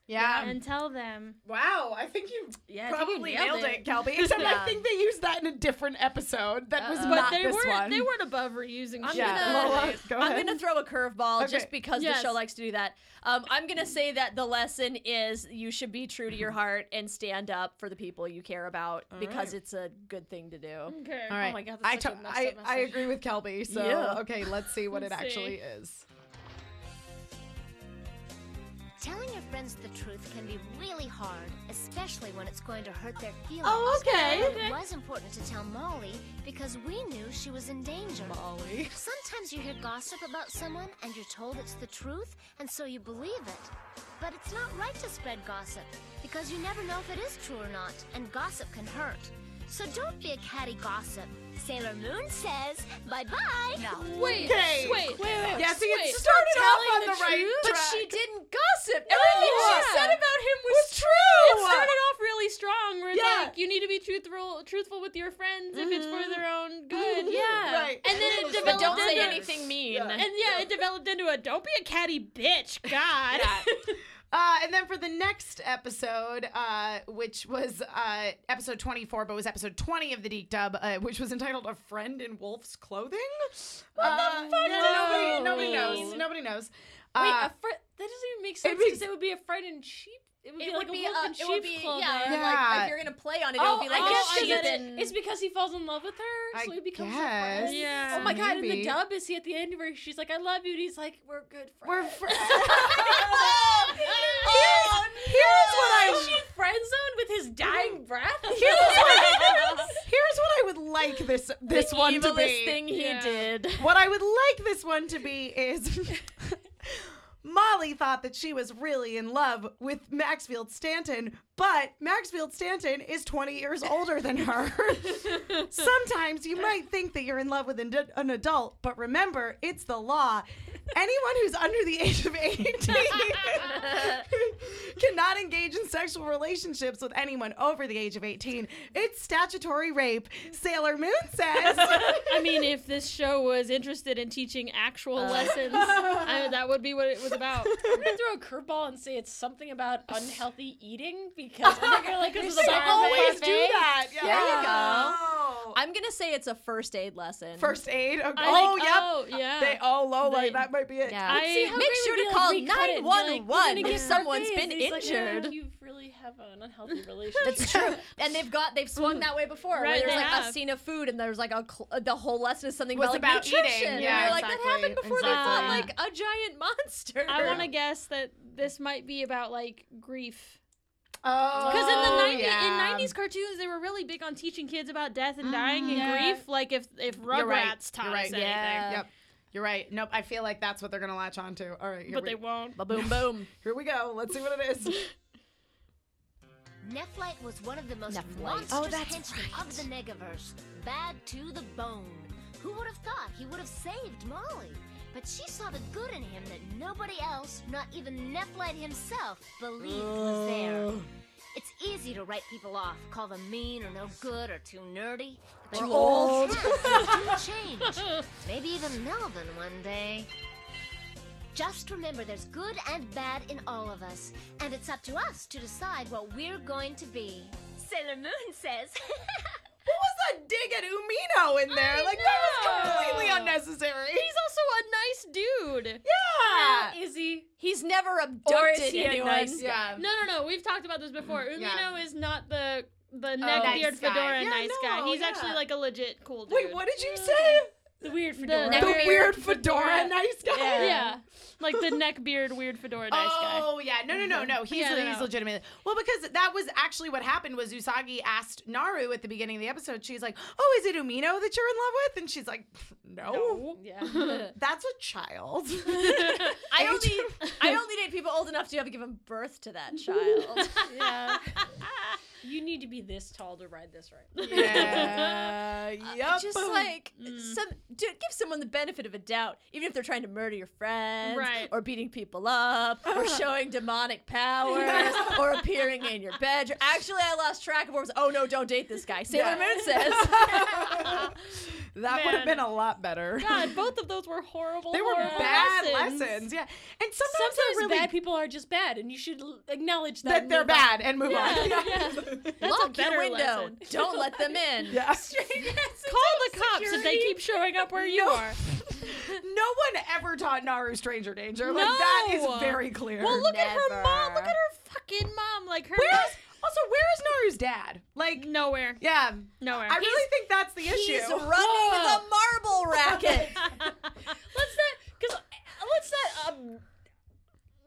Yeah.
and tell them.
Wow, I think you
Yeah, I think you
probably nailed,
*laughs*
it, Kelby. Except
Yeah.
I think they used that in a different episode. That was
Uh-oh.
Uh, But
not
they
this
weren't
one.
they weren't above reusing
I'm
shit.
yeah,
gonna-
Lola, go
I'm
ahead.
gonna throw a curveball
Okay.
just because
Yes.
the show likes to do that. Um, I'm gonna say that the lesson is you should be true to your heart and stand up for the people you care about because it's a good thing to do.
Okay.
All right.
Oh my god, that's
I,
such a
to-
messed
I,
up
I
message.
agree with Kelby. So
Yeah.
okay, let's see what it
Let's see.
actually is.
Telling your friends the truth can be really hard, especially when it's going to hurt their feelings.
Oh, okay,
But It was important to tell Molly because we knew she was in danger.
*laughs*
Molly.
Sometimes you hear gossip about someone and you're told it's the truth, and so you believe it. But it's not right to spread gossip because you never know if it is true or not, and gossip can hurt. So don't be a catty gossip. Sailor Moon says bye bye. No.
Wait,
Okay.
wait, wait, wait.
Yeah, see,
wait.
it started off on
telling
the,
the
right
truth?
But
track.
she didn't gossip. Everything
Yeah.
she said about him was,
It's
true.
It
true.
started off really strong where it's
Yeah. Mm-hmm.
like you need to be truthful truthful with your friends if it's for their own good. Yeah.
*laughs* Right.
And then it
But
developed
don't say
into-
anything mean.
And yeah, it developed into a don't be a catty bitch, God.
Uh, and then for the next episode, uh, which was uh, episode 24, but was episode 20 of the Deek Dub, uh, which was entitled A Friend in Wolf's Clothing. Uh, yeah,
does that
nobody, nobody
mean?
knows. Nobody knows.
Wait,
Uh,
a fri- that doesn't even make sense
be-
because it would be a friend in sheep. It would be
It
like
would be,
a wolf
uh,
in
it would
sheep's
be,
clothing.
yeah, like
Yeah.
if you're gonna play on it, it
Oh,
would be like
I
a
guess
sheep
I get *laughs* it.
and-
It's because he falls in love with her,
I
so he becomes her
guess.
friend.
Yeah.
Oh my god! In the
Maybe.
dub, is he at the end where she's like, "I love you," and he's like, "We're good friends."
we're fr-
Oh,
Here's what I.
Is she friend zoned with his
*laughs*
dying breath? *laughs*
Here's what, here's what I would like this this
the
one to
evilest
be.
thing he
Yeah.
did.
What I would like this one to be is *laughs* Molly thought that she was really in love with Maxfield Stanton, but Maxfield Stanton is 20 years older than her. Sometimes you might think that you're in love with an, an adult, but remember, it's the law. Anyone who's under the age of 18 *laughs* cannot engage in sexual relationships with anyone over the age of 18. It's statutory rape, Sailor Moon says.
I mean, if this show was interested in teaching actual
Uh.
lessons, I, that would be what it was
*laughs*
about.
I'm gonna throw a curveball and say it's something about unhealthy eating because I
*laughs*
think you're like this is a
always do that. Yeah.
There you go.
Oh.
I'm gonna say it's a first aid lesson.
First aid. Okay.
I
oh,
think-
yep.
Oh, yeah.
They all low
They-
like that might be it.
Yeah.
I- See how
make
great it
sure
would
to
be, like,
call
we cut it,
nine
and be like,
one
"We're
one
gonna
if
get
someone's
surveys."
been
He's like, "Yeah,
injured.
you really have
*laughs*
an unhealthy relationship.
That's true. and they've got they've swung that way before. where
Right,
there's
they
like
have.
a scene of food, and there's like a cl- the whole lesson is something
Was
about,
about
like, nutrition.
eating.
And
Yeah,
you're like that
exactly,
happened before they fought like
exactly.
a giant monster.
I want to guess that this might be about like grief.
Oh.
Because in the 90,
yeah.
in 90s cartoons, they were really big on teaching kids about death and dying and
Yeah.
grief. Like if if Rugrats
Mm-hmm. You're
taught
right. You're right.
us anything,
Yeah.
Yep. You're right. Nope. I feel like that's what they're gonna latch onto. All right. Here
but
we,
they won't.
Ba boom boom.
Here we go. Let's see what it is.
Nephlite was one of the most
Nephlite.
monstrous
Oh, that's
henchmen of the Negaverse, bad to the bone. Who would have thought he would have saved Molly? But she saw the good in him that nobody else, not even Nephlite himself, believed was
Uh.
there. It's easy to write people off, call them mean or no good or too nerdy. But
Or old.
times do change. Maybe even Melvin one day. Just remember there's good and bad in all of us, and it's up to us to decide what we're going to be. Sailor Moon says. *laughs*
What was that dig at Umino in there?
I
like that
know.
was completely unnecessary.
He's also a nice dude.
yeah.
Is he?
He's never abducted
Or is he a
anyone.
nice
Yeah.
No, no, no. We've talked about this before. Umino
Yeah. Oh,
is not the the neck beard
Nice guy.
fedora
Yeah,
nice guy.
no,
He's
yeah.
actually like a legit cool dude.
Wait, what did you say?
The weird
The
fedora.
neck
The
beard.
weird fedora nice *laughs* guy.
Yeah.
Yeah, like the neck beard weird fedora nice guy.
Oh yeah, no, no, no, no. He's
Yeah, no,
he's
no.
legitimate. Well, because that was actually what happened was Usagi asked Naru at the beginning of the episode. She's like, "Oh, is it Umino that you're in love with?" And she's like, "No,
Yeah.
that's a child."
I only I only date people old enough to have given birth to that child.
Yeah.
You need to be this tall to ride this right.
*laughs* yeah, yup.
*laughs*
Just like
Mm.
some dude, give someone the benefit of a doubt, even if they're trying to murder your friends,
Right.
or beating people up,
*laughs*
or showing demonic powers, or appearing in your bedroom. Actually, I lost track of what was. Oh no, don't date this guy. Sailor
Yeah.
Moon
*laughs*
says.
that would have
man.
been a lot better.
God, both of those were horrible.
*laughs* They were
horrible
bad
lessons.
lessons. yeah. And sometimes,
Sometimes
they're really
bad people are just bad, and you should l- acknowledge that.
that
and
they're
move on.
bad and move on. Yeah.
Lock your
better
window.
lesson.
*laughs* Don't let them in.
*laughs* Yeah. *laughs*
Call the cops if they keep showing up where you
*laughs*
are.
no one ever taught Naru stranger danger. Like that
No.
is very clear.
Well, look at her mom. Look
Never.
at her fucking mom. Like her. *laughs*
Where is also where is Naru's dad? Like,
Nowhere.
yeah,
Nowhere.
I really think that's the issue.
He's
*laughs*
running the marble racket.
*laughs* Let's not, because
uh,
let's not, um,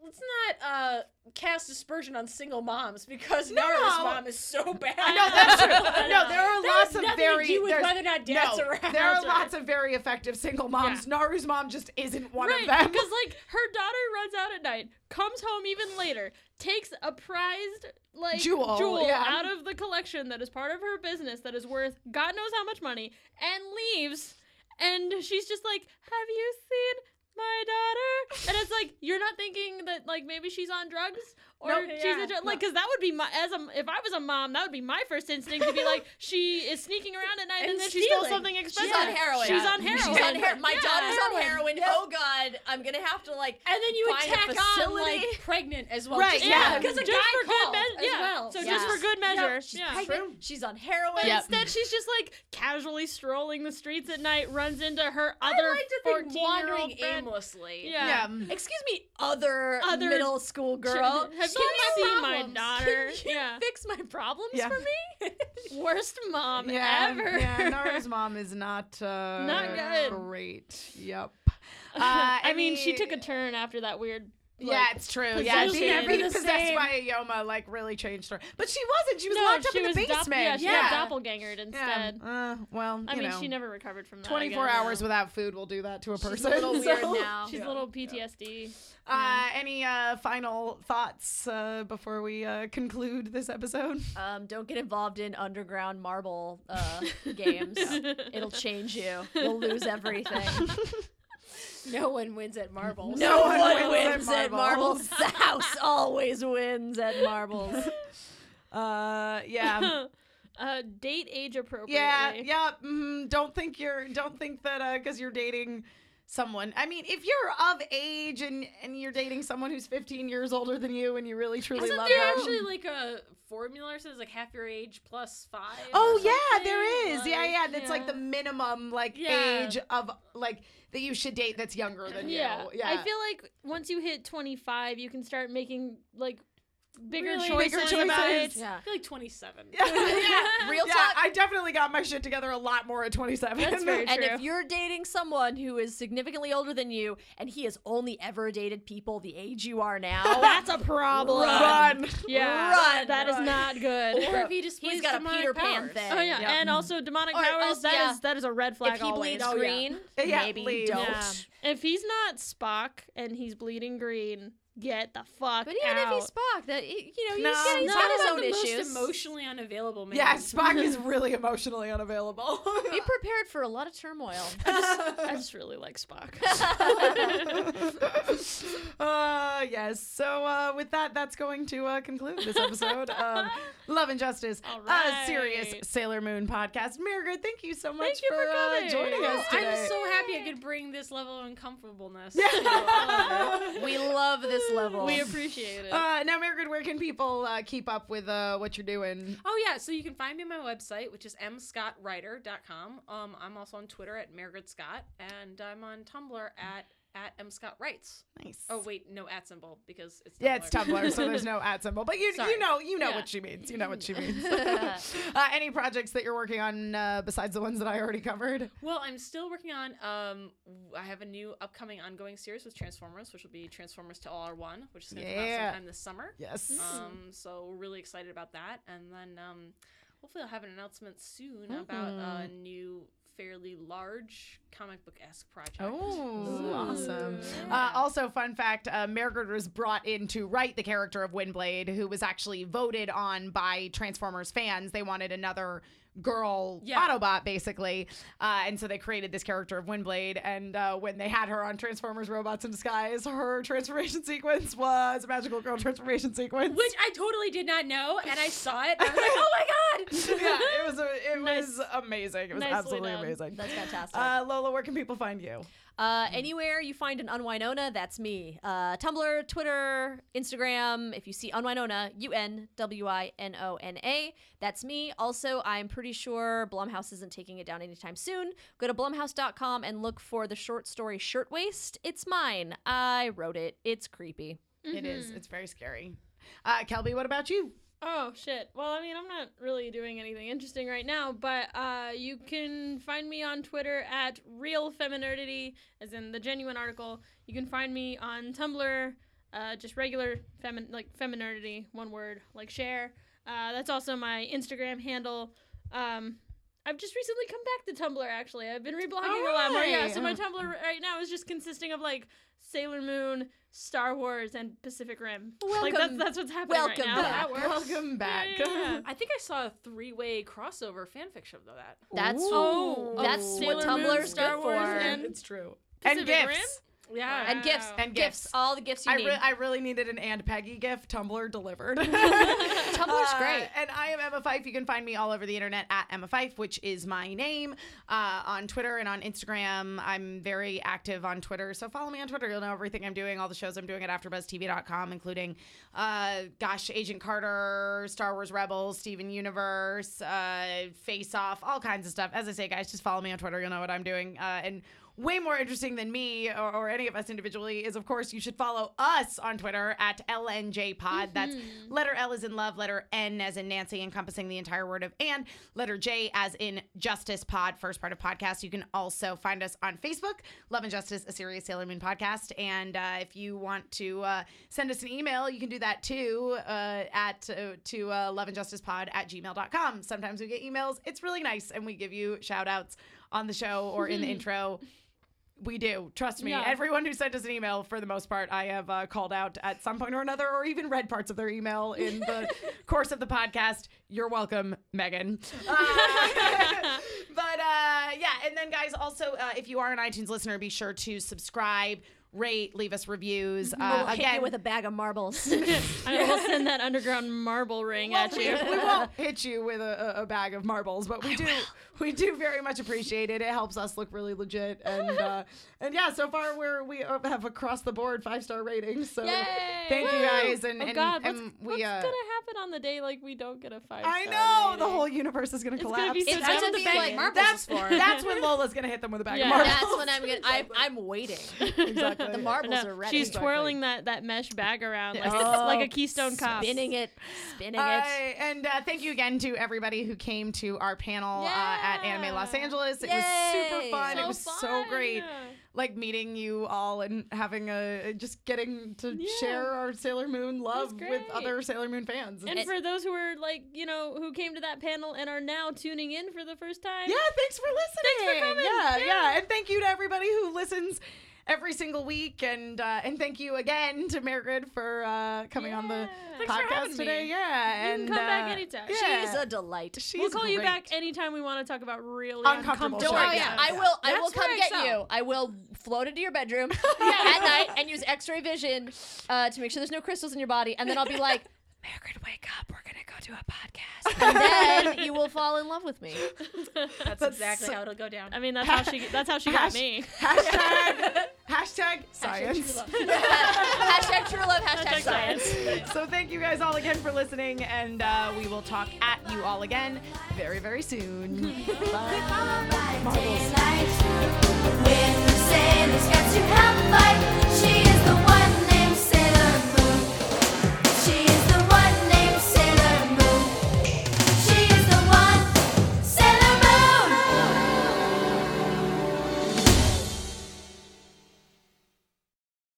let's not uh cast aspersion on single moms because
No.
Naru's mom is so bad.
no, that's true. No, there are
That
lots
has
of
nothing to
very
do with
there's-
whether or not dad's
no,
around
There are
or-
lots of very effective single moms. Naru's mom just isn't one of
Right,
them. *laughs*
because like her daughter runs out at night, comes home even later, takes a prized like
Jewel,
jewel,
yeah.
out of the collection that is part of her business that is worth God knows how much money, and leaves. And she's just like, "Have you seen my daughter?" And it's like you're not thinking that like maybe she's on drugs or
Nope,
she's
yeah,
a dr- like because that would be my as a if I was a mom that would be my first instinct to be like she is sneaking around at night and,
And
then she stole
stealing.
something expensive.
*laughs* She's on heroin.
She's on heroin.
She's on heroin. My
Yeah.
daughter's on heroin. Oh god, I'm gonna have to like.
And then you
find a
attack on
facility.
like pregnant as well.
Right,
Just-
yeah.
Because a
Just
guy
for good
called
meas-
as
yeah.
well.
So
So
just
Yeah.
for good measure.
she's
yeah.
pregnant. She's on heroin.
But instead, she's just like casually strolling the streets at night, runs into her other
I like to think
14 year
wandering
old friend.
aimlessly.
Yeah.
Excuse me, other,
Other-
middle school girl.
Have you
Solve my
seen my
problems.
daughter?
Can you
Yeah.
Fix my problems
Yeah.
for me.
Worst mom
yeah,
ever.
yeah, Naru's mom is not uh,
Not good.
Great. Yep. Uh,
I mean, she took a turn after that weird. like-
yeah, it's true. Yeah,
possession.
being,
Never
being
the
possessed
same.
by a Yoma like really changed her. But she wasn't. She was
no,
locked up
she
in the
was
basement.
Doppel- yeah, she
yeah.
got doppelgangered instead.
Yeah. Uh, well,
I
you
mean,
know,
she never recovered from that. I
24
guess.
hours without food will do that to a person.
She's a
*laughs* so-
little weird now.
She's a little PTSD.
Uh, any uh, final thoughts uh, before we uh, conclude this episode?
Um, don't get involved in underground marble uh, *laughs* games. It'll change you. You'll lose everything.
No one wins at marbles.
No
one
one,
wins
wins,
at
at marbles. the house always wins at marbles.
Uh,
*laughs*
yeah,
Uh, date age appropriately.
yeah, yeah. mhm. don't think you're. Don't think that because you're dating someone. I mean, if you're of age and and you're dating someone who's 15 years older than you and you really truly
Isn't
love
there
them.
actually like a formula that says like half your age plus five?
Oh
or
yeah,
something?
there is. yeah,
Like-
yeah. That's like
yeah.
the minimum like
Yeah.
age of like that you should date that's younger than
yeah.
you. Yeah.
I feel like once you hit 25, you can start making like bigger
Really?
choices.
Bigger
about
choices.
it.
I feel like 27.
*laughs*
*laughs*
yeah.
Real
Yeah,
talk.
I definitely got my shit together a lot more at 27. *laughs*
That's very
and
true.
if you're dating someone who is significantly older than you and he has only ever dated people the age you are
*laughs*
now,
That's a problem.
Run.
*laughs* Yeah.
Run,
That is
run.
not
*laughs*
good.
*laughs* Or if he displays
he's got a
demonic
Peter Pan
powers.
thing.
Oh yeah,
Yep.
and also demonic
Or
powers. That is
else- yeah.
that is a red flag.
If he
always.
bleeds
Oh, yeah.
green,
Yeah,
maybe
please.
don't.
Yeah. If he's not Spock and he's bleeding green, get the fuck
But even
out.
if he's Spock, that he- you know, he's,
No.
yeah, he's
No,
got his
Talk
own
about the
issues.
most emotionally unavailable man.
Yeah, Spock
*laughs*
is really emotionally unavailable. *laughs*
Be prepared for a lot of turmoil.
I just really like
*laughs*
Spock.
uh, yes. So uh, with that, that's going to uh, conclude this
*laughs*
episode of Love and Justice,
All
a serious
right.
Sailor Moon podcast. Margaret, thank you so much
Thank you for
uh,
coming.
joining us today.
I'm so happy I could bring this level of uncomfortableness.
we love this level.
we appreciate
*laughs*
it.
Uh, now, Margaret, where can people uh, keep up with uh, what you're doing?
Oh yeah, so you can find me on my website, which is mscottwriter.com. Um, I'm also on Twitter at Margaret Scott, and I'm on Tumblr at at M Scott writes.
Nice.
Oh wait, no at symbol because it's
Yeah, it's Tumblr, so
*laughs*
there's *laughs* no at symbol. But you
Sorry.
you know you know
Yeah.
what she means. You know what she means. *laughs* uh, any projects that you're working on uh, besides the ones that I already covered?
*laughs* Well, I'm still working on. Um, w- I have a new upcoming ongoing series with Transformers, which will be Transformers to All Are One, which is going to come out
Yeah.
sometime this summer.
Yes.
Um, so we're really excited about that, and then um, hopefully I'll have an announcement soon about a
Hmm.
new, fairly large comic book esque project.
Oh, awesome. Uh,
Yeah.
also, fun fact uh, Margaret was brought in to write the character of Windblade, who was actually voted on by Transformers fans. They wanted another girl
Yeah.
Autobot, basically. Uh, and so they created this character of Windblade. And uh, when they had her on Transformers Robots in Disguise, her transformation *laughs* sequence was a magical girl transformation sequence.
Which I totally did not know, and I saw it. And I
*laughs*
was like, "Oh my
*laughs*
god!"
yeah, it was a, it was amazing. It was
Nicely
absolutely
done.
amazing.
That's fantastic.
Uh, Lola, where can people find you?
Uh, anywhere you find an Unwinona, that's me. Uh, Tumblr, Twitter, Instagram. If you see Unwinona, U N W I N O N A, that's me. Also, I'm pretty sure Blumhouse isn't taking it down anytime soon. Go to blumhouse.com and look for the short story Shirtwaist. It's mine. I wrote it. It's creepy.
It is. It's very scary. Uh, Kelby, what about you?
Oh shit. Well, I mean, I'm not really doing anything interesting right now, but uh, you can find me on Twitter at real femininity, as in the genuine article. You can find me on Tumblr, uh, just regular femin like femininity, one word, like share. Uh, that's also my Instagram handle. Um, I've just recently come back to Tumblr. Actually, I've been reblogging
Oh,
a lot more. Yeah, so my Tumblr right now is just consisting of like Sailor Moon, Star Wars, and Pacific Rim. Like that's
Welcome-
that's what's happening right
welcome
now.
back.
That works.
*laughs*
Welcome back.
Yeah, yeah, yeah.
I think I saw a three-way crossover fanfiction of that.
That's
Oh,
That's
oh.
what
Sailor Moon,
Tumblr's
Star
good
Wars, *laughs*
for.
and
It's true. and
Pacific
gifts.
Yeah.
And gifts.
Wow.
And
gifts.
gifts.
All the gifts you
I,
need.
re- I really needed an and Peggy gift. Tumblr delivered. *laughs* Tumblr's
Tumblr's great.
And I am Emma Fife. You can find me all over the internet at Emma Fife, which is my name uh, on Twitter and on Instagram. I'm very active on Twitter, so follow me on Twitter. You'll know everything I'm doing, all the shows I'm doing at AfterBuzzTV.com, including, uh, gosh, Agent Carter, Star Wars Rebels, Steven Universe, uh, Face Off, all kinds of stuff. As I say, guys, just follow me on Twitter. You'll know what I'm doing. Uh, and way more interesting than me or, or any of us individually is, of course, you should follow us on Twitter at LNJPod. That's letter L is in love, letter N as in Nancy, encompassing the entire word of and, letter J as in Justice Pod, first part of podcast. You can also find us on Facebook, Love and Justice, a serious Sailor Moon podcast. And uh, if you want to uh, send us an email, you can do that too uh, at uh, to uh, loveandjusticepod at gmail.com. Sometimes we get emails. It's really nice, and we give you shout outs on the show or in the intro. We do. Trust me.
Yeah.
Everyone who sent us an email, for the most part, I have uh, called out at some point or another, or even read parts of their email in
*laughs*
the course of the podcast. You're welcome, Megan. Uh, *laughs* but uh, yeah, and then guys, also, uh, if you are an iTunes listener, be sure to subscribe, rate, leave us reviews. Uh,
Mm-hmm. Hit you
again,
with a bag of *laughs* marbles.
I will send that underground
*laughs*
marble ring *laughs* at
we,
you.
we won't hit you with a, a- a bag of marbles, but we do *laughs* we do very much appreciate it. It helps us look really legit, and
*laughs*
uh, and yeah, so far we're we have across the board five star ratings. So thank you guys, and,
oh
and,
God,
and
what's,
we.
what's
uh,
gonna happen on the day like we don't get a five?
I know
*laughs*
the whole universe is gonna
It's
collapse.
gonna be so
*laughs*
It's
dumb.
gonna be like
Marble.
that's that's when Lola's gonna hit them with a bag
Yeah.
of marbles. *laughs*
That's when I'm gonna. I, I'm waiting.
exactly.
*laughs* The marbles
No,
are ready.
she's twirling that, that mesh bag around like, a,
Oh,
like a Keystone Cop.
spinning it, spinning it.
Uh, and uh, thank you again to everybody who came to our panel uh, at Anime Los Angeles. It was super
Yay.
fun. it
So
was so
fun.
great, like meeting you all and having a just getting to share our Sailor Moon love with
great.
other Sailor Moon fans.
And for those who are like, you know, who came to that panel and are now tuning in for the first time,
yeah, thanks for listening.
coming.
Yeah, yeah,
Yeah.
and thank you to everybody who listens every single week, and uh, and thank you again to Margaret for uh, coming on the
Thanks for
podcast
having
today.
me.
Yeah,
you
and
can come back
uh,
anytime.
yeah.
She's a delight.
She's
we'll call you
great.
back anytime we want to talk about really
Uncomfortable Oh,
uncomfortable.
Don't
Don't
worry,
worry.
yeah.
I will. I
That's
will come
where I
get
excel.
you. I will float into your *laughs* bedroom at night and use X-ray vision uh, to make sure there's no crystals in your body, and then *laughs* I'll be like, Margaret, wake up. We're gonna go do a podcast, and then you will fall in love *laughs* with me.
That's, exactly how it'll go down.
I mean, that's how she. That's how she got me. *laughs*
Hashtag, hashtag science.
hashtag true love. Hashtag, science.
So thank you guys all again for listening, and uh, we will talk at you all again very, very soon. Bye.
Followed by daylight.